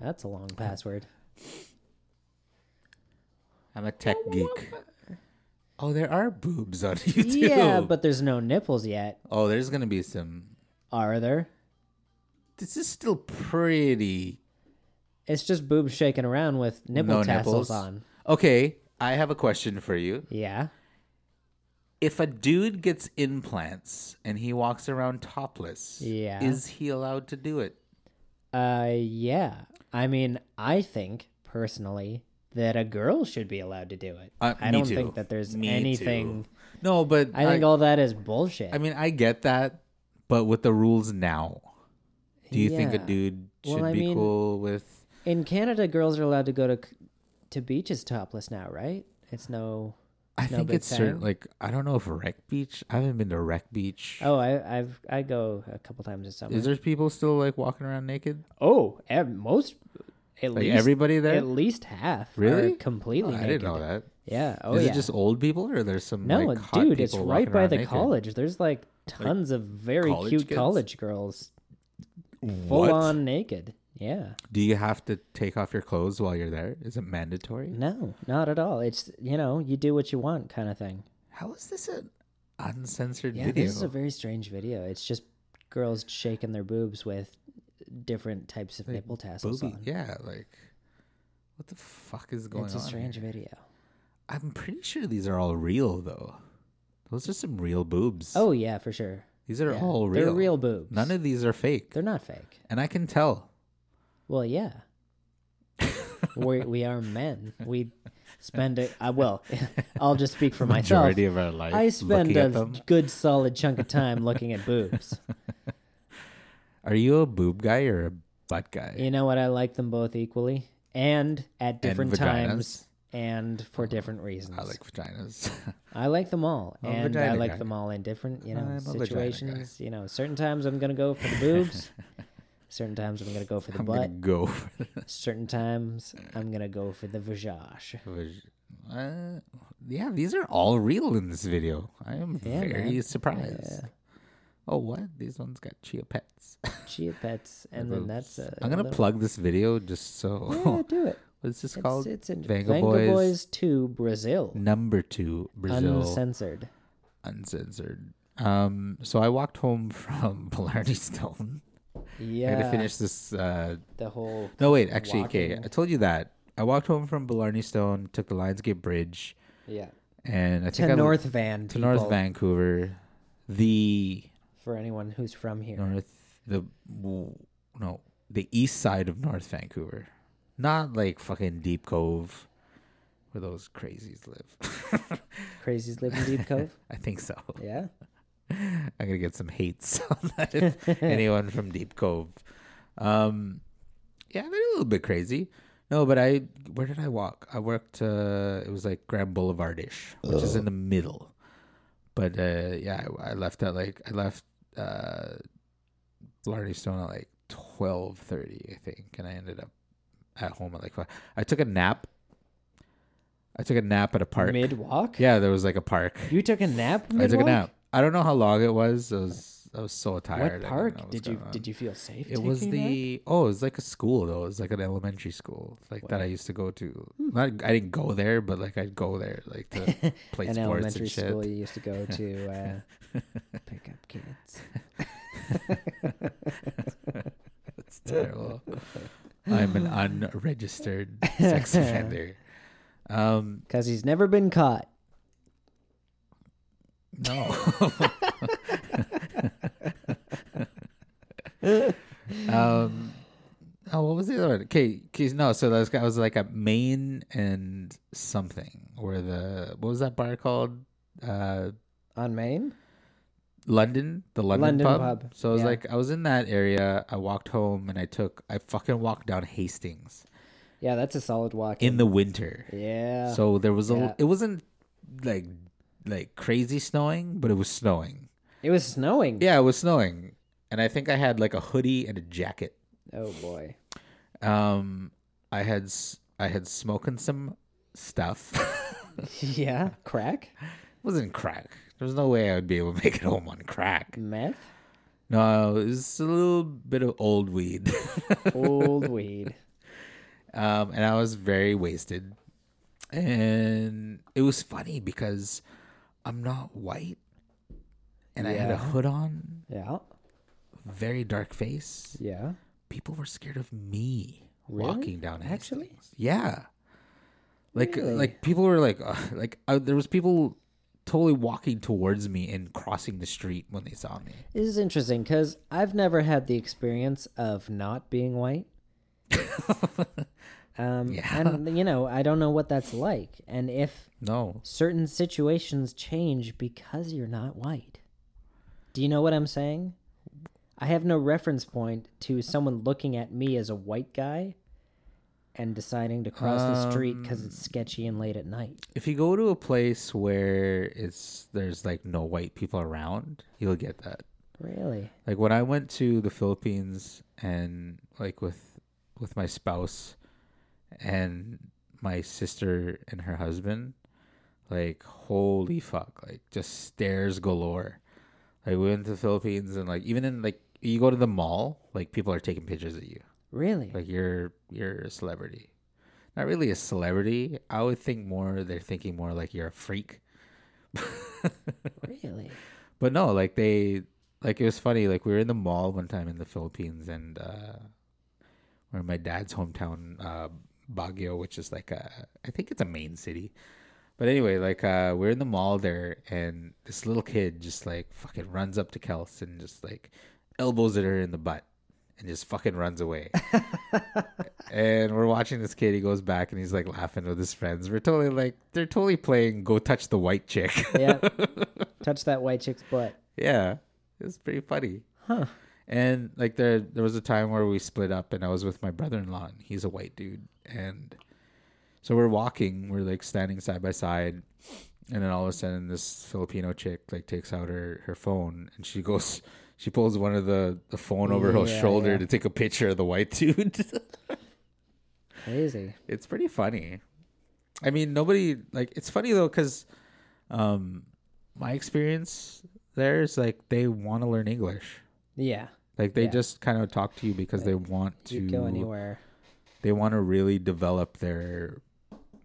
A: That's a
B: <laughs>
A: long password.
B: I'm a tech geek. Oh, there are boobs on <laughs> YouTube.
A: Yeah, but there's no nipples yet.
B: oh, there's gonna be some.
A: Are there?
B: This is still pretty.
A: It's just boobs shaking around with nipple
B: no
A: tassels
B: nipples
A: on.
B: Okay, I have a question for you.
A: Yeah.
B: If a dude gets implants and he walks around topless,
A: Yeah.
B: is he allowed to do it?
A: Uh, yeah. I mean, I think personally that a girl should be allowed to do it.
B: Uh,
A: I
B: me
A: don't
B: too.
A: think that there's
B: Me too.
A: anything.
B: No, but
A: I think
B: I,
A: all that is bullshit.
B: I mean I get that, but with the rules now, do you think a
A: Yeah.
B: dude should
A: Well, I
B: be
A: mean-
B: cool with?
A: In Canada, girls are allowed to go to c- to beaches topless now, right? It's no.
B: I
A: No
B: think
A: big
B: it's certain.
A: thing.
B: Like I don't know if Wreck Beach. I haven't been to Wreck Beach.
A: Oh, I I've I go a couple times a summer.
B: Is there people still like walking around naked?
A: Oh, at most, at
B: Like
A: least
B: everybody there?
A: at least half are
B: Really? Oh,
A: completely.
B: I didn't know
A: naked.
B: that.
A: Yeah. Oh
B: is
A: yeah.
B: it just old people or there's some
A: no,
B: like, hot
A: dude, it's
B: people
A: right
B: walking
A: by
B: around
A: the
B: naked?
A: college. There's like tons of very
B: college
A: cute
B: kids?
A: college girls, full
B: What?
A: on naked. Yeah.
B: Do you have to take off your clothes while you're there? Is it mandatory?
A: No, not at all. It's you know you do what you want kind of thing.
B: How is this an uncensored
A: Yeah,
B: video?
A: this is a very strange video. It's just girls shaking their boobs with different types of nipple tassels
B: Booby-
A: on.
B: Yeah, like what the fuck is going
A: it's
B: on?
A: a strange
B: here?
A: video.
B: I'm pretty sure these are all real though. Those are some real boobs.
A: Oh yeah, for sure.
B: these are
A: yeah,
B: all real.
A: they're real boobs.
B: None of these are fake,
A: They're not fake.
B: and I can tell.
A: Well, yeah.
B: <laughs>
A: we we are men. We spend a uh, well. <laughs> I'll just speak for myself.
B: Majority of our life,
A: I spend
B: looking at
A: a
B: them.
A: good solid chunk
B: <laughs>
A: of time looking at boobs.
B: Are you a boob guy or a butt guy?
A: You know what? I like them both equally and at different times
B: vaginas.
A: and for different reasons.
B: I like vaginas. <laughs>
A: I like them all,
B: I'm a
A: and I
B: vagina
A: like
B: guy.
A: them all in different, you know,
B: I'm a vagina guy.
A: situations. You know, certain times I'm gonna go for the
B: <laughs>
A: boobs, certain times I'm gonna go for the
B: I'm gonna
A: butt,
B: go for the
A: certain times I'm gonna go for the visage.
B: vag- uh, yeah, these are all real in this video. I am
A: Yeah,
B: very
A: man.
B: surprised. Oh, what? These ones got chia pets.
A: Chia pets, and
B: <laughs>
A: then that's. i
B: I'm gonna plug this video just
A: Yeah,
B: so. <laughs>
A: do it.
B: What's this
A: It's,
B: called?
A: it's in
B: Vanga
A: Vanga
B: Boys.
A: Boys. to Brazil,
B: Number two, Brazil
A: uncensored.
B: uncensored. Um, so I walked home <laughs> from Polarity Stone. I had
A: Yeah,
B: to finish this uh,
A: the whole.
B: No, wait. Actually, okay.
A: walking.
B: I told you that. I walked home from Blarney Stone, took the Lionsgate Bridge,
A: Yeah,
B: and I think
A: to
B: I
A: North Van.
B: to North
A: people,
B: Vancouver, the
A: For anyone who's from here,
B: north the no the east side of North Vancouver, not like fucking Deep Cove, where those crazies live. <laughs>
A: crazies live in Deep Cove.
B: I think so.
A: Yeah.
B: I'm gonna get some hates <laughs> on that if anyone from Deep Cove. Um, yeah, they're a little bit crazy. No, but I where did I walk? I worked. Uh, it was like Grand Boulevard ish, which is in the middle. But uh, yeah, I, I left at like I left uh, Blarney Stone at like twelve thirty, I think, and I ended up at home at like five. I took a nap. I took a nap at a park.
A: Mid walk.
B: yeah, there was like a park.
A: You took a nap.
B: I took a
A: mid-walk?
B: nap. I don't know how long it was. I was I was so tired. I
A: What
B: didn't know
A: park
B: what
A: did
B: was
A: you
B: going
A: did
B: on.
A: you feel safe?
B: It was
A: taking a nap?
B: the oh, it was like a school though. It was like an elementary school, like that I used to go to. Not I didn't go there, but like I'd go there like to play
A: Hmm. <laughs> an
B: sports and
A: elementary
B: shit.
A: school you used to go
B: <laughs>
A: to uh, pick up kids. <laughs>
B: It's terrible.
A: <laughs>
B: I'm an unregistered sex offender. Um,
A: Because he's never been caught.
B: no, <laughs> Um, oh, what was the other one? Okay, no. So that was, that was like a Maine and something. Where the what was that bar called? Uh,
E: on Maine.
B: London, the London,
E: London
B: pub.
E: pub,
B: So I was
E: yeah.
B: like, I was in that area. I walked home and I took, I fucking walked down Hastings
E: Yeah, that's a solid walk.
B: in the winter.
E: yeah.
B: So there was a,
E: Yeah.
B: it wasn't like, like crazy snowing, but it was snowing.
E: it was snowing.
B: Yeah, it was snowing, and I think I had like a hoodie and a jacket.
E: Oh boy.
A: <laughs>
B: Um, I had, s- I had smoking some stuff. <laughs>
E: yeah. Crack.
B: it wasn't crack. There was no way I would be able to make it home on crack. <laughs>
E: Meth.
B: No, it was a little bit of old weed. <laughs>
E: Old weed.
B: um, and I was very wasted. And it was funny because I'm not white, and I had a
E: Yeah.
B: hood on,
E: Yeah.
B: very dark face.
E: Yeah.
B: People were scared of me
E: Really?
B: walking down.
E: Actually?
B: Hastings. yeah. Like
E: Really?
B: like people were like ugh, like uh, there was people totally walking towards me and crossing the street when they saw me.
E: This is interesting because I've never had the experience of not being
B: <laughs>
E: white. um,
B: Yeah.
E: And, you know, I don't know what that's like. And if
B: No,
E: certain situations change because you're not white. Do you know what I'm saying? I have no reference point to someone looking at me as a white guy and deciding to cross the street because
B: Um.
E: it's sketchy and late at night.
B: if you go to a place where it's there's like no white people around, you'll get that.
E: Really?
B: like when I went to the Philippines and like with with my spouse and my sister and her husband, like holy fuck, like just stares galore. Like we went to the Philippines and like even in like you go to the mall, like people are taking pictures of you.
E: Really?
B: Like you're you're a celebrity. Not really a celebrity. I would think more they're thinking more like you're a freak.
E: Really?
B: But no, like they like it was funny. Like we were in the mall one time in the Philippines, and uh, we're in my dad's hometown, uh, Baguio, which is like a I think it's a main city. But anyway, like uh, we're in the mall there, and this little kid just like fucking runs up to Kels and just like elbows at her in the butt, and just fucking runs away. and we're watching this kid. He goes back and he's like laughing with his friends. We're totally like they're totally playing go touch the white chick. <laughs>
E: Yeah. Touch that white chick's butt.
B: Yeah, it was pretty funny. Huh. And like there, there was a time where we split up, and I was with my brother-in-law, and he's a white dude, and so we're walking, we're like standing side by side, and then all of a sudden, this Filipino chick like takes out her her phone, and she goes, she pulls one of the the phone over her
E: Yeah,
B: shoulder
E: yeah.
B: to take a picture of the white dude. <laughs>
E: Crazy.
B: it's pretty funny. I mean, nobody like it's funny though because um, my experience there is like they want to learn English.
E: Yeah.
B: Like they
E: Yeah.
B: just kind of talk to you because they want
E: You go
B: to.
E: anywhere.
B: They want to really develop their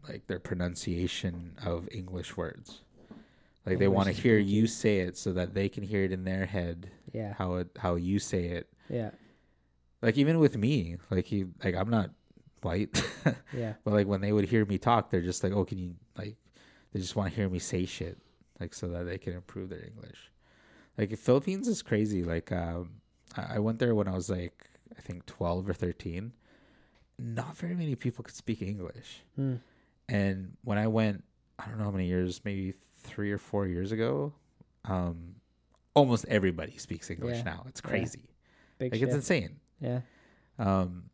B: like their pronunciation of English words. Like they want to hear you say it so that they can hear it in their head
E: Yeah.
B: how it how you say it.
E: Yeah.
B: Like even with me, like he like I'm not white. <laughs>
E: Yeah.
B: But like when they would hear me talk, they're just like, "Oh, can you like?" They just want to hear me say shit, like so that they can improve their English. Like Philippines is crazy. Like um, I I went there when I was like I think twelve or thirteen. Not very many people could speak English,
E: Hmm.
B: and when I went, I don't know how many years, maybe three or four years ago, um, almost everybody speaks English
E: Yeah.
B: now. It's crazy.
E: Big
B: Like
E: shit.
B: it's insane.
E: yeah.
B: Um,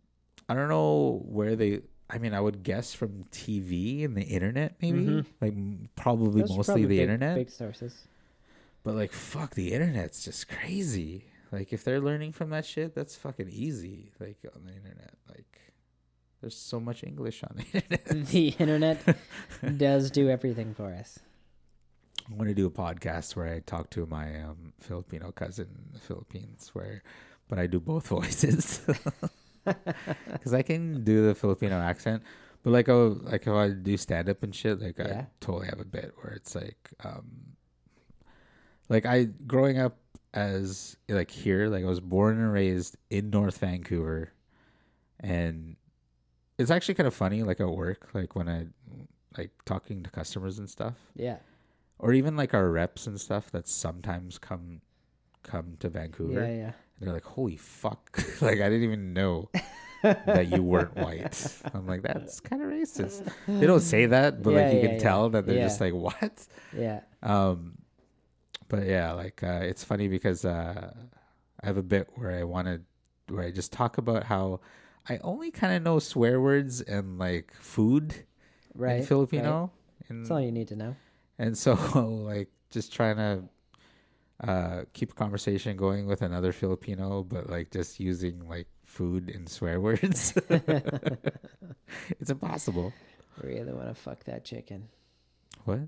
B: I don't know where they. I mean, I would guess from TV and the internet, maybe
E: Mhm.
B: like m- Mm-hmm. probably
E: Those are
B: mostly
E: probably
B: the
E: big-
B: internet.
E: Big sources.
A: <laughs>
B: But like, fuck, the internet's just crazy. Like, if they're learning from that shit, that's fucking easy. Like on the internet, like there's so much English on the <laughs> internet.
E: the internet
A: <laughs>
E: does do everything for us.
B: I want to do a podcast where I talk to my um, Filipino cousin in the Philippines, where but I do both <laughs> voices because I can do the Filipino accent. But like, oh, like if I do stand up and shit, like
E: Yeah.
B: I totally have a bit where it's like, um, like I growing up as like here, like I was born and raised in North Vancouver, and it's actually kind of funny, like at work, like when I like talking to customers and stuff
E: Yeah.
B: or even like our reps and stuff that sometimes come come to Vancouver
E: Yeah, yeah.
B: And they're like, holy fuck. <laughs> like, I didn't even know that
A: <laughs>
B: you weren't white. I'm like, that's kind of racist. They don't say that, but
A: Yeah,
B: like, you
A: yeah,
B: can
A: yeah.
B: tell that they're just
A: Yeah.
B: like, what?
A: Yeah.
B: Um, but yeah, like, uh, it's funny because uh, I have a bit where I want to, where I just talk about how I only kind of know swear words and like food
A: Right.
B: in
A: right.
B: Filipino. And-
A: That's all you need to know.
B: and so <laughs> like just trying to uh keep a conversation going with another Filipino, but like just using like food and swear words. <laughs> it's impossible.
A: <laughs> Really want to fuck that chicken.
B: What?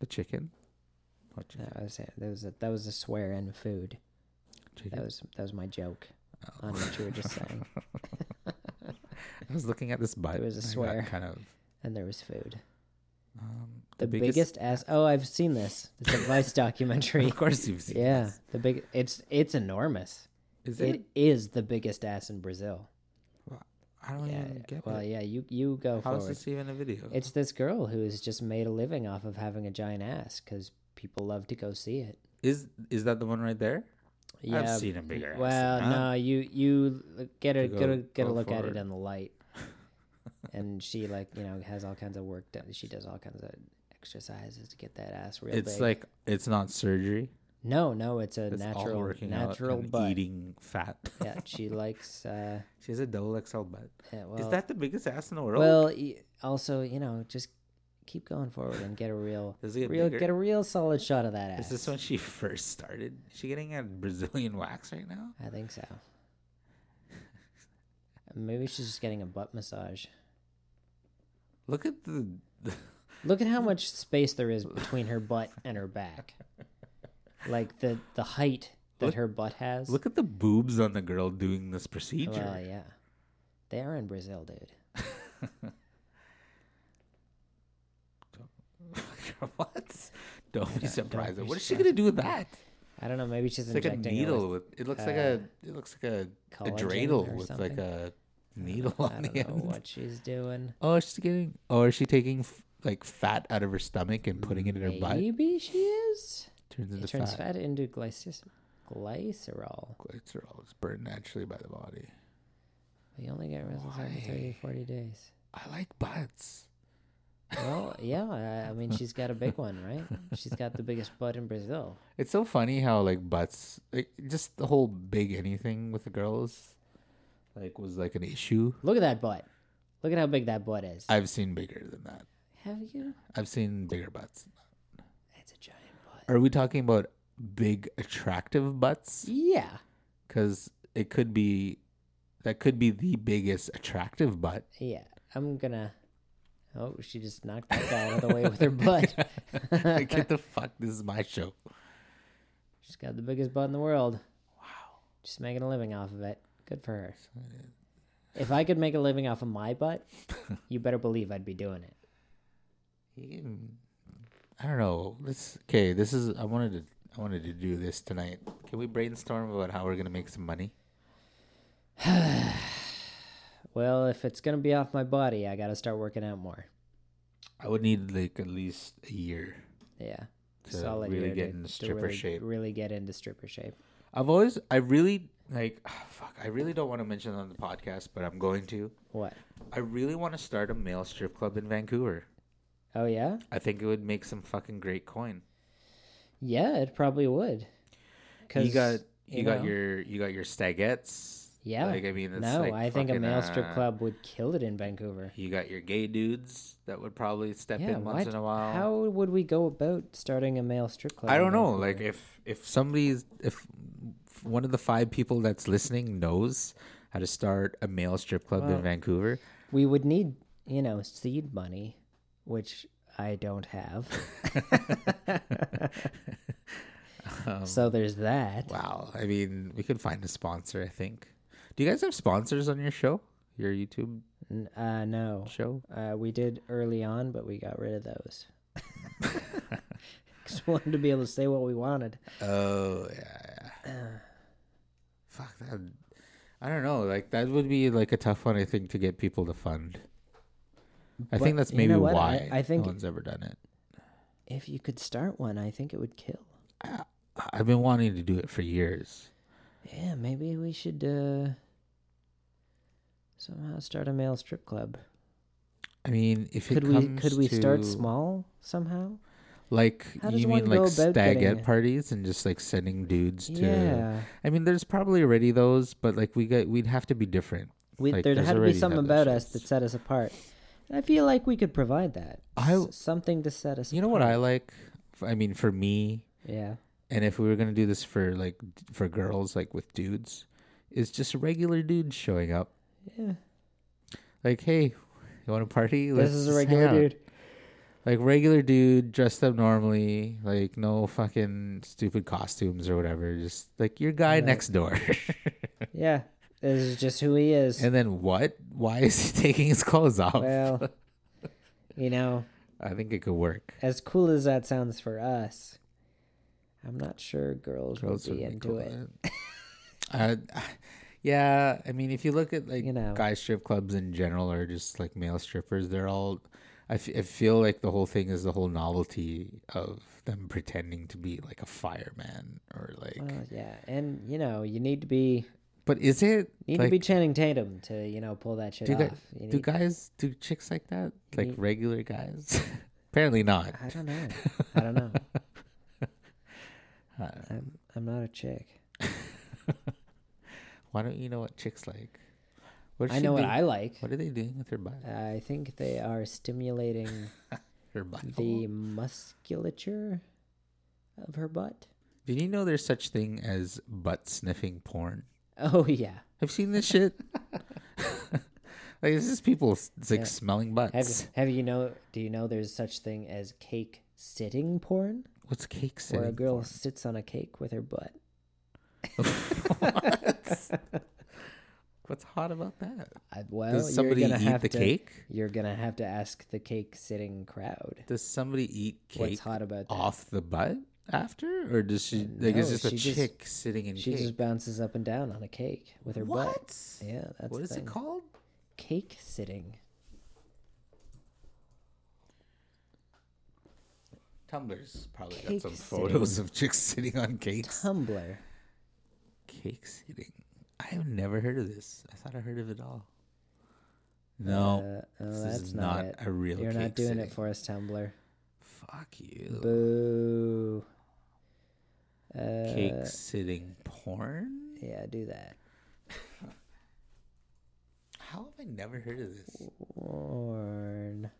B: The chicken? What chicken?
A: That was it. That was a, that was a swear in food. That
B: chicken? Oh.
A: was that was my joke <laughs> on what you were just saying.
B: <laughs> I was looking at this butt.
A: There was a
B: and I got
A: swear.
B: Kind of.
A: And there was food.
B: Um,
A: The, biggest, ass. Oh, I've seen this. It's a Vice <laughs> documentary.
B: <laughs> Of course you've seen.
A: Yeah, the big. It's it's enormous.
B: Is it?
A: It is the biggest ass in Brazil.
B: I don't
A: Yeah.
B: even Oh, get
A: Well,
B: it.
A: yeah. You you go
B: How is
A: forward.
B: this even a video?
A: It's this girl who has just made a living off of having a giant ass because people love to go see it.
B: Is is that the one right there?
A: Yeah.
B: I've seen a bigger. ass
A: well,
B: than that.
A: no, you you l- get a
B: To go-
A: get a get a
B: go
A: look at
B: forward.
A: it in the
B: <laughs>
A: light. and she like you know has all kinds of work done. She does all kinds of exercises to get that ass real big.
B: It's like it's not surgery.
A: no, no, it's a
B: It's all
A: natural
B: working out
A: natural
B: and
A: butt.
B: eating fat.
A: <laughs> yeah,
B: <laughs>
A: she likes. Uh,
B: She has a double XL butt.
A: yeah, well,
B: Is that the biggest ass in the world?
A: Well, y- also, you know, just keep going forward and get a
B: <laughs>
A: real,
B: Does it get
A: real,
B: bigger?
A: get a real solid shot of that
B: is
A: ass.
B: this when she first started? Is she getting a Brazilian wax right now?
A: I think so. Maybe she's just getting a butt massage.
B: Look at the.
A: <laughs>
B: the
A: Look
B: <laughs>
A: at how much space there is between her butt and her back. Like the the height that
B: Look-
A: her butt has.
B: look at the boobs on the girl doing this procedure.
A: well, yeah, they are in Brazil, dude.
B: <laughs> what?
A: <laughs>
B: Don't be surprised.
A: be
B: what is she gonna do with that?
A: I don't know. Maybe she's
B: It's like a
A: injecting her with- uh,
B: needle with. It looks like a. It looks like a, a
A: collagen
B: dreidel
A: or
B: with like
A: something?
B: a <laughs> needle
A: I
B: on
A: don't
B: the
A: know
B: end.
A: what she's doing.
B: Oh, she's getting. Oh, is she taking f- like fat out of her stomach and putting it in her butt?
A: Maybe she is.
B: Turns into
A: It turns
B: fat.
A: fat, into glycis- glycerol.
B: Glycerol is burned naturally by the body.
A: You only get results every 30, 40 days.
B: I like butts.
A: Well, yeah. I, I mean, she's got a big one, right? She's got the biggest butt in Brazil.
B: It's so funny how like butts, like just the whole big anything with the girls, like was like an issue.
A: Look at that butt. Look at how big that butt is.
B: I've seen bigger than that.
A: Have you?
B: I've seen bigger butts.
A: It's a giant butt.
B: Are we talking about big attractive butts?
A: Yeah.
B: Because it could be, that could be the biggest attractive butt.
A: <laughs> Yeah. I'm gonna. Oh, she just knocked that guy out of the way with her butt. <laughs>
B: like, get the fuck! This is my show.
A: She's got the biggest butt in the world. Wow. She's making a living off of it. Good for her. If I could make a living off of my butt, you better believe I'd be doing it.
B: I don't know. Let's okay. This is I wanted to I wanted to do this tonight. Can we brainstorm about how we're gonna make some money?
A: Well, if it's gonna be off my body, I gotta start working out more.
B: I would need like at least a year.
A: Yeah.
B: To really get into stripper
A: really,
B: shape.
A: Really get into stripper shape.
B: I've always I really like ah, fuck. I really don't want to mention it on the podcast, but I'm going to.
A: What?
B: I really want to start a male strip club in Vancouver.
A: Oh yeah?
B: I think it would make some fucking great coin.
A: Yeah, it probably would.
B: You got you, got
A: know.
B: your you got your stagettes.
A: Yeah.
B: Like I mean, it's
A: no,
B: like
A: I think a
B: fucking,
A: male strip
B: uh,
A: club would kill it in Vancouver.
B: You got your gay dudes that would probably step
A: Yeah,
B: in once
A: what-
B: in a while.
A: How would we go about starting a male strip club?
B: I
A: in
B: don't know.
A: Vancouver?
B: Like if if somebody's if one of the five people that's listening knows how to start a male strip club
A: Well-
B: in Vancouver,
A: we would need, you know, seed money, which I don't
B: <laughs>
A: have. <laughs>
B: Um,
A: so there's that.
B: wow. I mean, we could find a sponsor. I think. Do you guys have sponsors on your show? Your YouTube
A: N- Uh, no.
B: show?
A: Uh, we did early on, but we got rid of those.
B: <laughs>
A: <laughs> Just wanted to be able to say what we wanted.
B: Oh yeah. yeah. <sighs> Fuck that. I don't know. Like that would be like a tough one. I think to get people to fund. I think
A: But
B: that's
A: you know
B: maybe
A: what?
B: why
A: I- I think-
B: no one's ever done it.
A: If you could start one, I think it would kill.
B: I- I've been wanting to do it for years.
A: Yeah, maybe we should uh, somehow start a male strip club.
B: I mean, if
A: Could
B: it
A: we
B: comes
A: could we start
B: to-
A: small somehow?
B: Like
A: How does
B: you
A: one
B: mean
A: go
B: like
A: about
B: stag
A: getting
B: at
A: it?
B: parties and just like sending dudes to?
A: Yeah,
B: I mean, there's probably already those, but like we got we'd have to be different.
A: we,
B: Like,
A: there'd
B: there's
A: had to be
B: already
A: something
B: had
A: about
B: those
A: us that set us apart. And I feel like we could provide that.
B: I-
A: S- something to set us.
B: You know what I like? F- I mean, for me,
A: Yeah,
B: and if we were gonna do this for like d- for girls, like with dudes, is just regular dudes showing up.
A: yeah.
B: Like, hey, you want to party? Let's
A: This is a
B: just hang
A: regular
B: out."
A: dude.
B: Like regular dude, dressed up normally, like no fucking stupid costumes or whatever. Just like your guy next door. <laughs>
A: Yeah, this is just who he is.
B: and then what? Why is he <laughs> taking his clothes off? <laughs>
A: well, you know,
B: I think it could work.
A: as cool as that sounds for us, I'm not sure girls,
B: Girls
A: will
B: would
A: be
B: be
A: into
B: cool
A: it.
B: with it. uh, yeah, I mean, if you look at like
A: You know.
B: guy strip clubs in general, or just like male strippers, they're all. I, f- I feel like the whole thing is the whole novelty of them pretending to be like a fireman or like.
A: Well, yeah, and you know, you need to be
B: but is it
A: need
B: like
A: to be Channing Tatum to you know pull that shit
B: do,
A: off.
B: guy,
A: You
B: do
A: need-
B: guys do chicks like that like
A: need-
B: regular guys? <laughs> Apparently not.
A: I don't
B: <laughs>
A: know. I don't know.
B: I don't know.
A: I'm I'm not a chick.
B: Why don't you know what chicks like? What
A: I
B: should
A: know what
B: they-
A: I like.
B: What are they doing with their body?
A: I think they are
B: <laughs>
A: stimulating
B: Her body.
A: the musculature of her butt. <laughs>
B: Did you know there's such thing as butt sniffing porn?
A: Oh yeah.
B: I've seen this shit.
A: <laughs>
B: like it's just people s- it's like
A: Yeah.
B: smelling
A: Have
B: butts.
A: have you know? Do you know there's such thing as cake sitting porn,
B: What's cake
A: where a
B: sitting?
A: girl sits on a cake with her butt?
B: <laughs> what? What's hot about that?
A: I, well,
B: Does somebody
A: you're gonna
B: eat
A: have
B: the
A: to,
B: cake?
A: You're gonna have to ask the cake sitting crowd.
B: Does somebody eat cake
A: What's hot about that? Uh,
B: off the butt after, or does she like? it's
A: no,
B: just a
A: she just-
B: chick sitting in
A: She
B: cake?
A: just bounces up and down on a cake with her
B: what?
A: butt. Yeah, that's
B: what
A: the
B: is
A: thing.
B: it called?
A: Cake sitting.
B: Tumblr's probably
A: Cake
B: got some
A: sitting.
B: photos of chicks sitting on cakes.
A: Tumblr.
B: Cake sitting. I have never heard of this. I thought I heard of it all. No,
A: Uh, oh,
B: this
A: that's
B: is
A: not,
B: not
A: it.
B: a real.
A: You're not
B: cake
A: doing
B: sitting.
A: it for us, Tumblr.
B: Fuck you.
A: Boo. Uh,
B: cake sitting porn.
A: Yeah, do that.
B: How have I never heard of this?
A: Porn.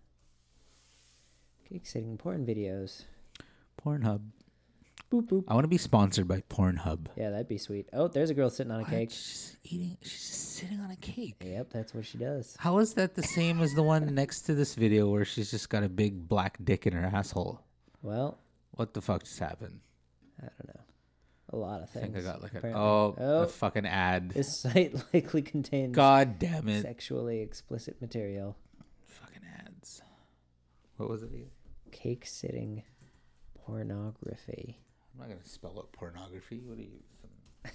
A: Cake sitting porn videos.
B: Pornhub.
A: Boop boop.
B: I want to be sponsored by Pornhub.
A: Yeah, that'd be sweet. Oh, there's a girl sitting on a
B: What?
A: cake.
B: She's eating. She's just sitting on a cake.
A: Yep, that's what she does.
B: How is that the same as the one <laughs> next to this video where she's just got a big black dick in her asshole?
A: Well,
B: What the fuck just happened?
A: I don't know. A lot of
B: I
A: things.
B: think I got like an
A: apparently.
B: oh,
A: Oh.
B: a fucking ad.
A: This <laughs> site likely contains
B: God damn it!
A: sexually explicit material.
B: Fucking ads. What was it? again?
A: Cake sitting pornography.
B: I'm not gonna spell out pornography. What are you,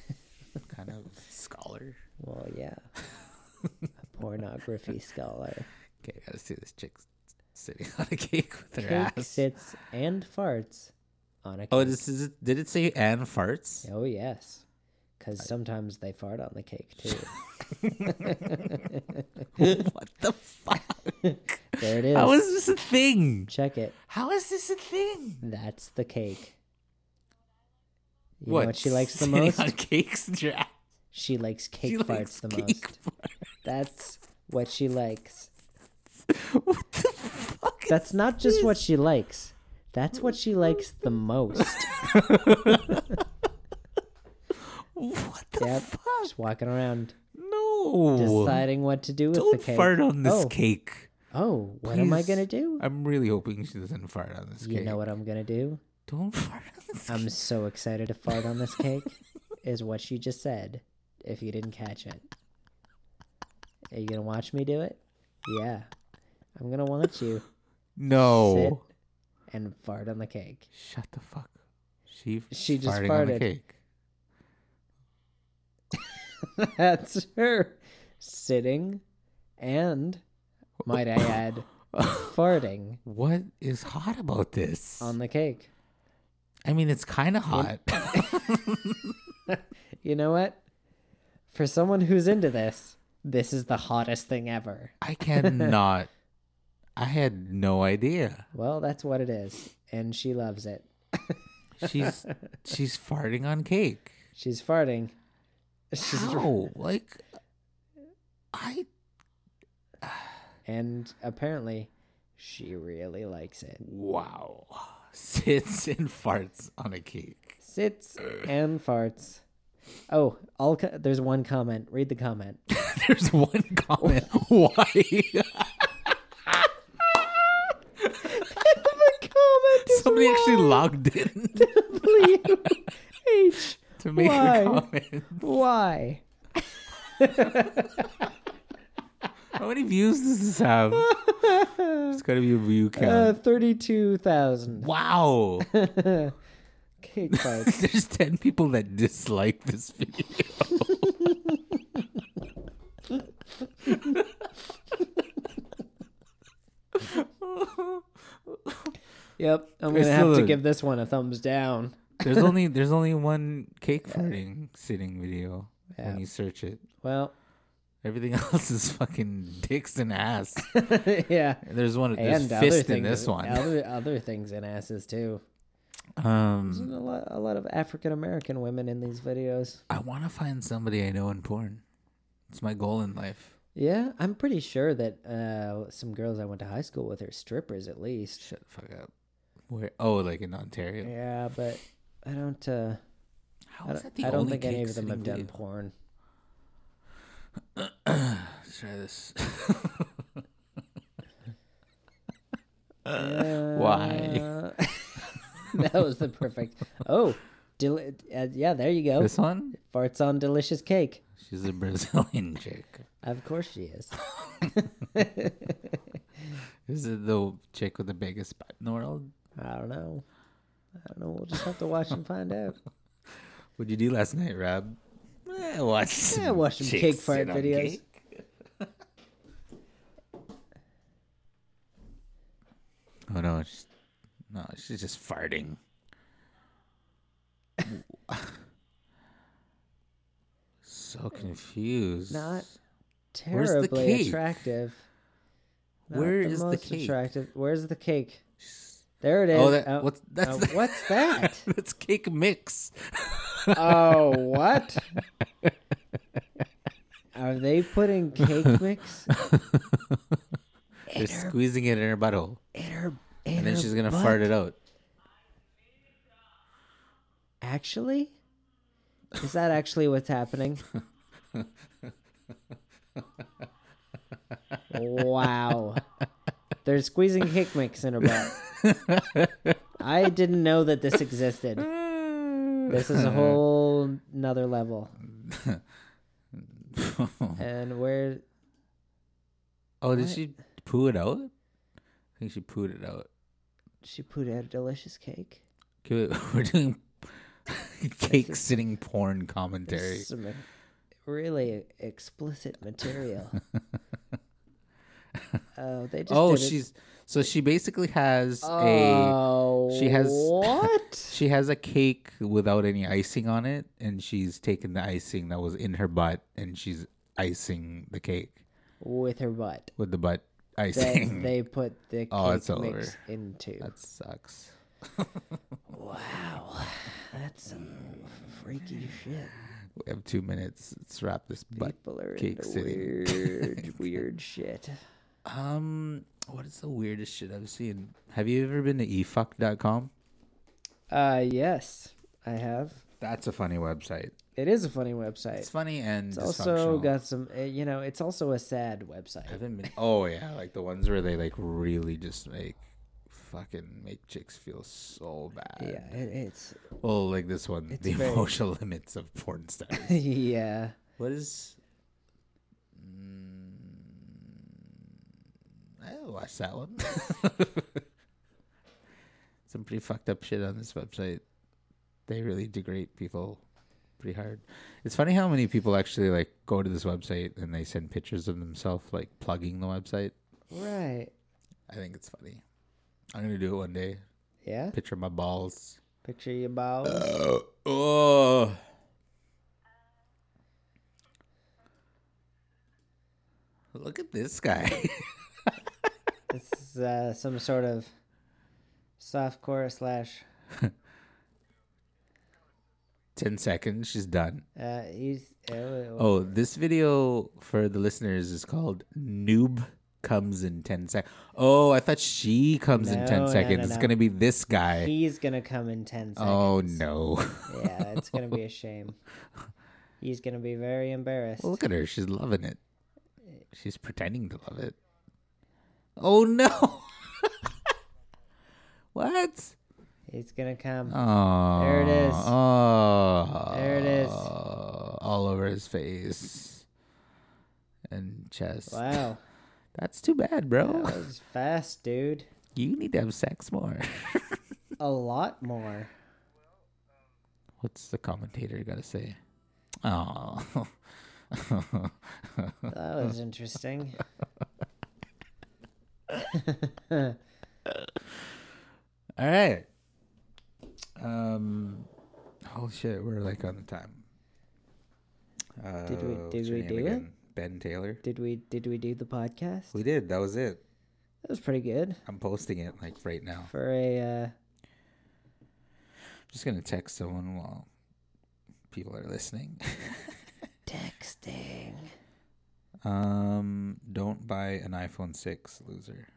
B: some <laughs> kind of scholar?
A: Well,
B: <laughs>
A: yeah. a pornography scholar.
B: Okay, I gotta see this chick s- sitting on a cake with her
A: Cake
B: ass.
A: sits and farts on a cake.
B: Oh, this is it. Did it say and farts?
A: Oh, yes. Because sometimes they fart on the cake,
B: <laughs>
A: too.
B: what the fuck?
A: there it is.
B: How is this a thing?
A: Check it.
B: How is this a thing?
A: That's the cake. You know what she likes the
B: <laughs> sitting
A: most?
B: On cakes and your ass.
A: She likes cake
B: She
A: farts
B: likes
A: the
B: cake
A: most. That's what she likes.
B: farts. <laughs> What the fuck?
A: That's not just what she likes. That's what she likes the most.
B: What the
A: Yep.
B: fuck?
A: Just walking around,
B: No.
A: deciding what to do with the
B: Don't
A: cake.
B: fart on this
A: oh,
B: cake.
A: Oh, what am I
B: Please.
A: gonna do?
B: I'm really hoping she doesn't fart on this
A: You
B: cake.
A: know what I'm gonna do?
B: Don't fart on this
A: I'm so excited to fart on this
B: <laughs>
A: cake, is what she just said. If you didn't catch it, are you gonna watch me do it? Yeah, I'm gonna watch you sit
B: No.
A: and fart on the cake.
B: Shut the fuck. up. She
A: She just
B: farting on the
A: farted.
B: cake.
A: That's her sitting and, might I add, farting
B: What is hot about this?
A: on the cake.
B: I mean, it's kind of hot. <laughs>
A: You know what? for someone who's into this, this is the hottest thing ever.
B: I cannot. I had no idea.
A: Well, that's what it is, and she loves it. <laughs>
B: She's she's farting on cake.
A: She's farting. She's
B: How? Like, I
A: and apparently she really likes it.
B: wow <laughs> sits and farts on a cake. <laughs>
A: Sits and farts. Oh, all co- there's one comment. Read the
B: <laughs>
A: comment.
B: There's one comment. <laughs> Why?
A: the comment is
B: Somebody actually logged in
A: <laughs> H
B: to make
A: Why?
B: a comment.
A: Y.
B: How many views does this have? It's gotta be a view
A: <laughs> Uh,
B: count.
A: thirty-two thousand
B: wow.
A: cake farts.
B: <laughs> There's 10 people that dislike this video.
A: <laughs> Yep, I'm
B: There's
A: gonna have to
B: still a-
A: give this one a thumbs down.
B: There's only there's only one cake farting sitting video
A: Uh, Yeah.
B: when you search it.
A: Well, <laughs>
B: Everything <laughs> else is fucking dicks and ass.
A: yeah,
B: And there's one there's
A: and other
B: fist in
A: things,
B: this one. <laughs>
A: other other things in asses too. There's
B: Um
A: a lot, a lot of African American women in these videos.
B: I want to find somebody I know in porn. It's my goal in life.
A: Yeah, I'm pretty sure that uh, some girls I went to high school with are strippers at least.
B: Shut the fuck up. Where? Oh, like in Ontario.
A: Yeah, but I don't. Uh,
B: How
A: I
B: Oh, is that
A: don't,
B: the
A: I don't
B: only
A: think any
B: cake
A: of them have
B: sitting
A: done
B: video?
A: porn.
B: Let's try this. why?
A: Uh, <laughs> that was the perfect. Oh, deli- uh, yeah, there you go.
B: <laughs> this one?
A: Farts on delicious cake.
B: She's
A: <laughs>
B: a Brazilian chick.
A: Of course she is.
B: Is it the chick with the biggest butt in the world?
A: I don't know. I don't know. We'll just have to watch and find out.
B: What'd you do last night, Rob? Eh,
A: <laughs>
B: watch some
A: watched some
B: chicks
A: cake fart
B: sit on
A: videos.
B: cake. <laughs> oh no, she's, no, she's just <laughs> farting. so confused.
A: Not
B: <laughs> Where's the
A: terribly
B: cake?
A: attractive. Not
B: Where is the
A: most
B: cake?
A: Attractive. Where's the cake? There it is.
B: Oh, that,
A: Oh,
B: what's that's
A: oh,
B: the-
A: what's that?
B: <laughs> that's cake mix. <laughs>
A: oh, what? Are they putting cake
B: <laughs>
A: mix
B: They're squeezing it in her butthole,
A: in her? In
B: and then
A: her
B: she's gonna
A: butt?
B: fart it out.
A: Actually, is that actually what's happening? wow, they're squeezing cake mix in her butt. I didn't know that this existed. <laughs> This is
B: <laughs>
A: a whole nother level. And where
B: oh, did she poo it out? I think she pooed it out.
A: she put out a delicious cake.
B: Okay, wait, <laughs> we're doing cake sitting porn commentary.
A: Some e- really explicit material.
B: <laughs>
A: oh, they just
B: Oh,
A: did it.
B: she's so she basically has
A: oh,
B: a she has <laughs>
A: what?
B: she has a cake without any icing on it, and she's taken the icing that was in her butt, and she's icing the cake
A: With her butt
B: with the butt
A: that
B: icing.
A: they put the cake
B: Oh, it's
A: mix into.
B: <laughs> that sucks.
A: Wow, that's some freaky shit.
B: We have two minutes. Let's wrap this butt.
A: People are
B: cake
A: into
B: sitting. <laughs>
A: weird, weird shit.
B: Um, what is the weirdest shit I've seen? Have you ever been to efuck.com?
A: Uh, yes, I have.
B: That's a funny website.
A: It is a funny website.
B: It's funny and
A: It's also
B: dysfunctional.
A: got some, uh, you know, it's also a sad website.
B: I haven't been. <laughs> Oh yeah, like the ones where they like really just like fucking make chicks feel so bad.
A: Yeah, it, it's <laughs>
B: Well, like this one,
A: It's
B: the
A: very-
B: <laughs> emotional limits of porn stars.
A: yeah.
B: what is? Mm, I watched that one. <laughs> Some pretty fucked up shit on this website. They really degrade people pretty hard. It's funny how many people actually like go to this website and they send pictures of themselves like plugging the website.
A: Right.
B: I think it's funny. I'm gonna do it one day.
A: Yeah.
B: Picture my balls.
A: Picture your balls.
B: Oh. Look at this guy. <laughs>
A: This is uh, some sort of softcore slash.
B: Ten seconds, she's done.
A: Uh, he's, uh,
B: Oh, this video for the listeners is called "Noob Comes in 10 Seconds." Oh, I thought she comes in
A: No,
B: ten
A: no,
B: seconds.
A: no,
B: It's
A: no.
B: gonna be this guy.
A: he's gonna come in ten seconds.
B: oh no! <laughs>
A: Yeah, it's gonna be a shame. He's gonna be very embarrassed.
B: Look at her. She's loving it. She's pretending to love it. Oh no! <laughs> what?
A: He's gonna come.
B: Oh,
A: There it is.
B: Oh,
A: There it is.
B: All over his face and chest.
A: Wow,
B: That's too bad, bro.
A: that was fast, dude.
B: You need to have sex more.
A: A lot more.
B: <laughs> What's the commentator gotta say? <laughs> Oh,
A: That was interesting.
B: all right. Um, oh shit, we're like on the time. Uh,
A: Did we- did
B: what's her
A: we
B: name
A: do it?
B: Ben Taylor.
A: Did we did we do the podcast?
B: We did. That was it.
A: That was pretty good
B: I'm posting it like right now.
A: for a. Uh,
B: I'm just gonna text someone while people are listening. <laughs>
A: Texting.
B: um, don't buy an iPhone six, loser.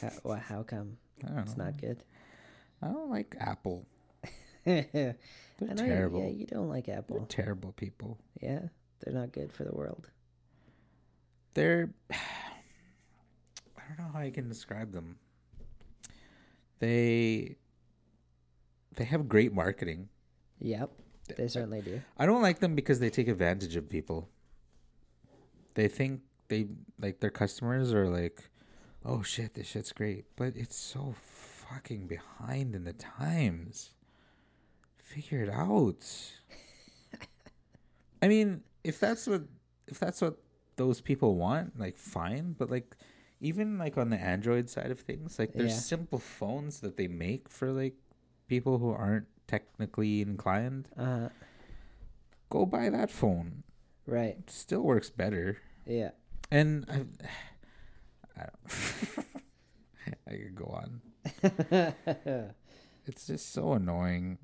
A: How, wha- how come?
B: I don't know.
A: It's not good. <laughs>
B: I don't like Apple.
A: I
B: They're
A: know you-
B: terrible.
A: yeah, you don't like
B: They're
A: Apple.
B: terrible people.
A: Yeah, they're not good for the world.
B: they're <sighs> I don't know how I can describe them. They they have great marketing.
A: Yep, they certainly do.
B: I don't like them because they take advantage of people. They think they like their customers are like, "Oh shit, this shit's great," but it's so fucking behind in the times. Figure it out. I mean, if that's what if that's what those people want, like fine, but like even like on the Android side of things, like there's
A: Yeah.
B: simple phones that they make for like people who aren't technically inclined
A: Uh,
B: go buy that phone.
A: right.
B: It still works better.
A: Yeah. <laughs>
B: And I, I, <sighs> don't, <laughs> I could go on. It's just so annoying.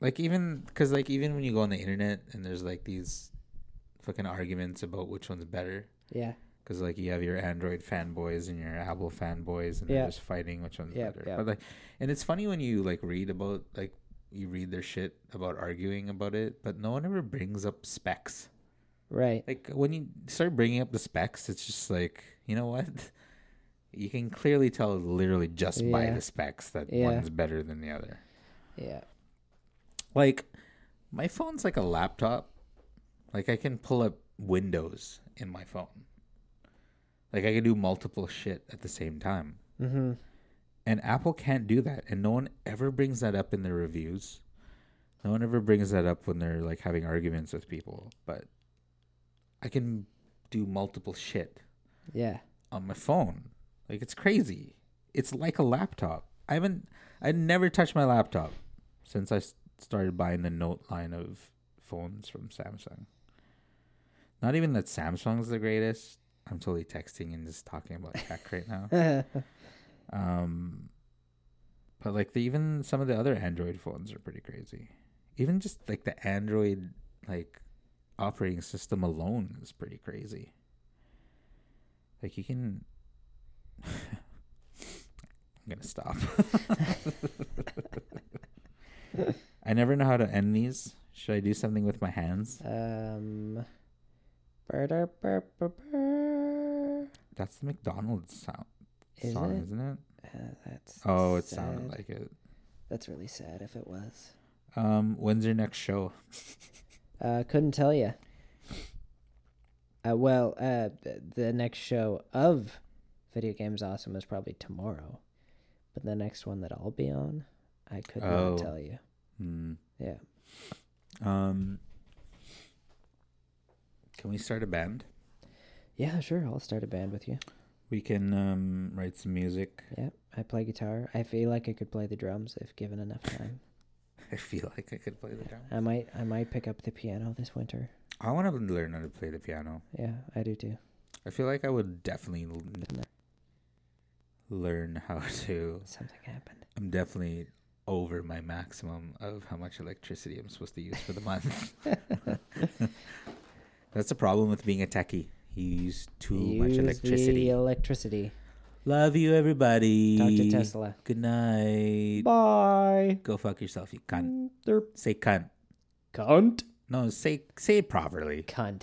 B: Like even because like even when you go on the internet and there's like these fucking arguments about which one's better.
A: yeah.
B: Because like you have your Android fanboys and your Apple fanboys, and they're
A: Yeah.
B: just fighting which one's
A: Yeah,
B: better.
A: yeah.
B: But like, and it's funny when you like read about like you read their shit about arguing about it, but no one ever brings up specs.
A: Right.
B: like when you start bringing up the specs it's just like you know what <laughs> you can clearly tell literally just by
A: Yeah.
B: the specs that
A: Yeah.
B: one's better than the other
A: Yeah.
B: like my phone's like a laptop like i can pull up windows in my phone like i can do multiple shit at the same time
A: Mm-hmm.
B: and apple can't do that and no one ever brings that up in their reviews no one ever brings that up when they're like having arguments with people but i can do multiple shit
A: Yeah.
B: on my phone. Like it's crazy. It's like a laptop. I haven't. I never touched my laptop since I s- started buying the Note line of phones from Samsung. Not even that Samsung's the greatest. I'm totally texting and just talking about tech right now. Um, but like the, even some of the other Android phones are pretty crazy. Even just like the Android like operating system alone is pretty crazy. Like you can. <laughs> I'm gonna stop. <laughs> I never know how to end these. Should I do something with my hands?
A: um. Burr, burr, burr, burr.
B: That's the McDonald's sound
A: Is
B: song,
A: it?
B: is isn't it?
A: Uh, that's.
B: Oh, it
A: sad.
B: sounded like it.
A: That's really sad if it was.
B: Um, when's your next show? <laughs>
A: Uh, couldn't tell you. Uh, well, uh, th- the next show of Video Games Awesome is probably tomorrow, but the next one that I'll be on, I could
B: Oh.
A: not tell you.
B: Hmm.
A: Yeah.
B: Um, can we start a band?
A: Yeah, sure. I'll start a band with you.
B: We can um, write some music. <laughs>
A: Yeah, I play guitar. I feel like I could play the drums if given enough time.
B: I feel like I could play the drum.
A: I might, I might pick up the piano this winter.
B: I want to learn how to play the piano.
A: Yeah, I do too.
B: I feel like I would definitely l- learn how <laughs> to.
A: Something happened.
B: I'm definitely over my maximum of how much electricity I'm supposed to use for the <laughs> month. That's the problem with being a techie. You use <laughs> too much
A: Use
B: electricity.
A: The electricity.
B: Love you, everybody.
A: Talk to Tesla.
B: Good night.
A: Bye.
B: Go fuck yourself, you cunt.
A: Derp.
B: Say cunt.
A: Cunt.
B: <laughs> No, say say it properly.
E: Cunt.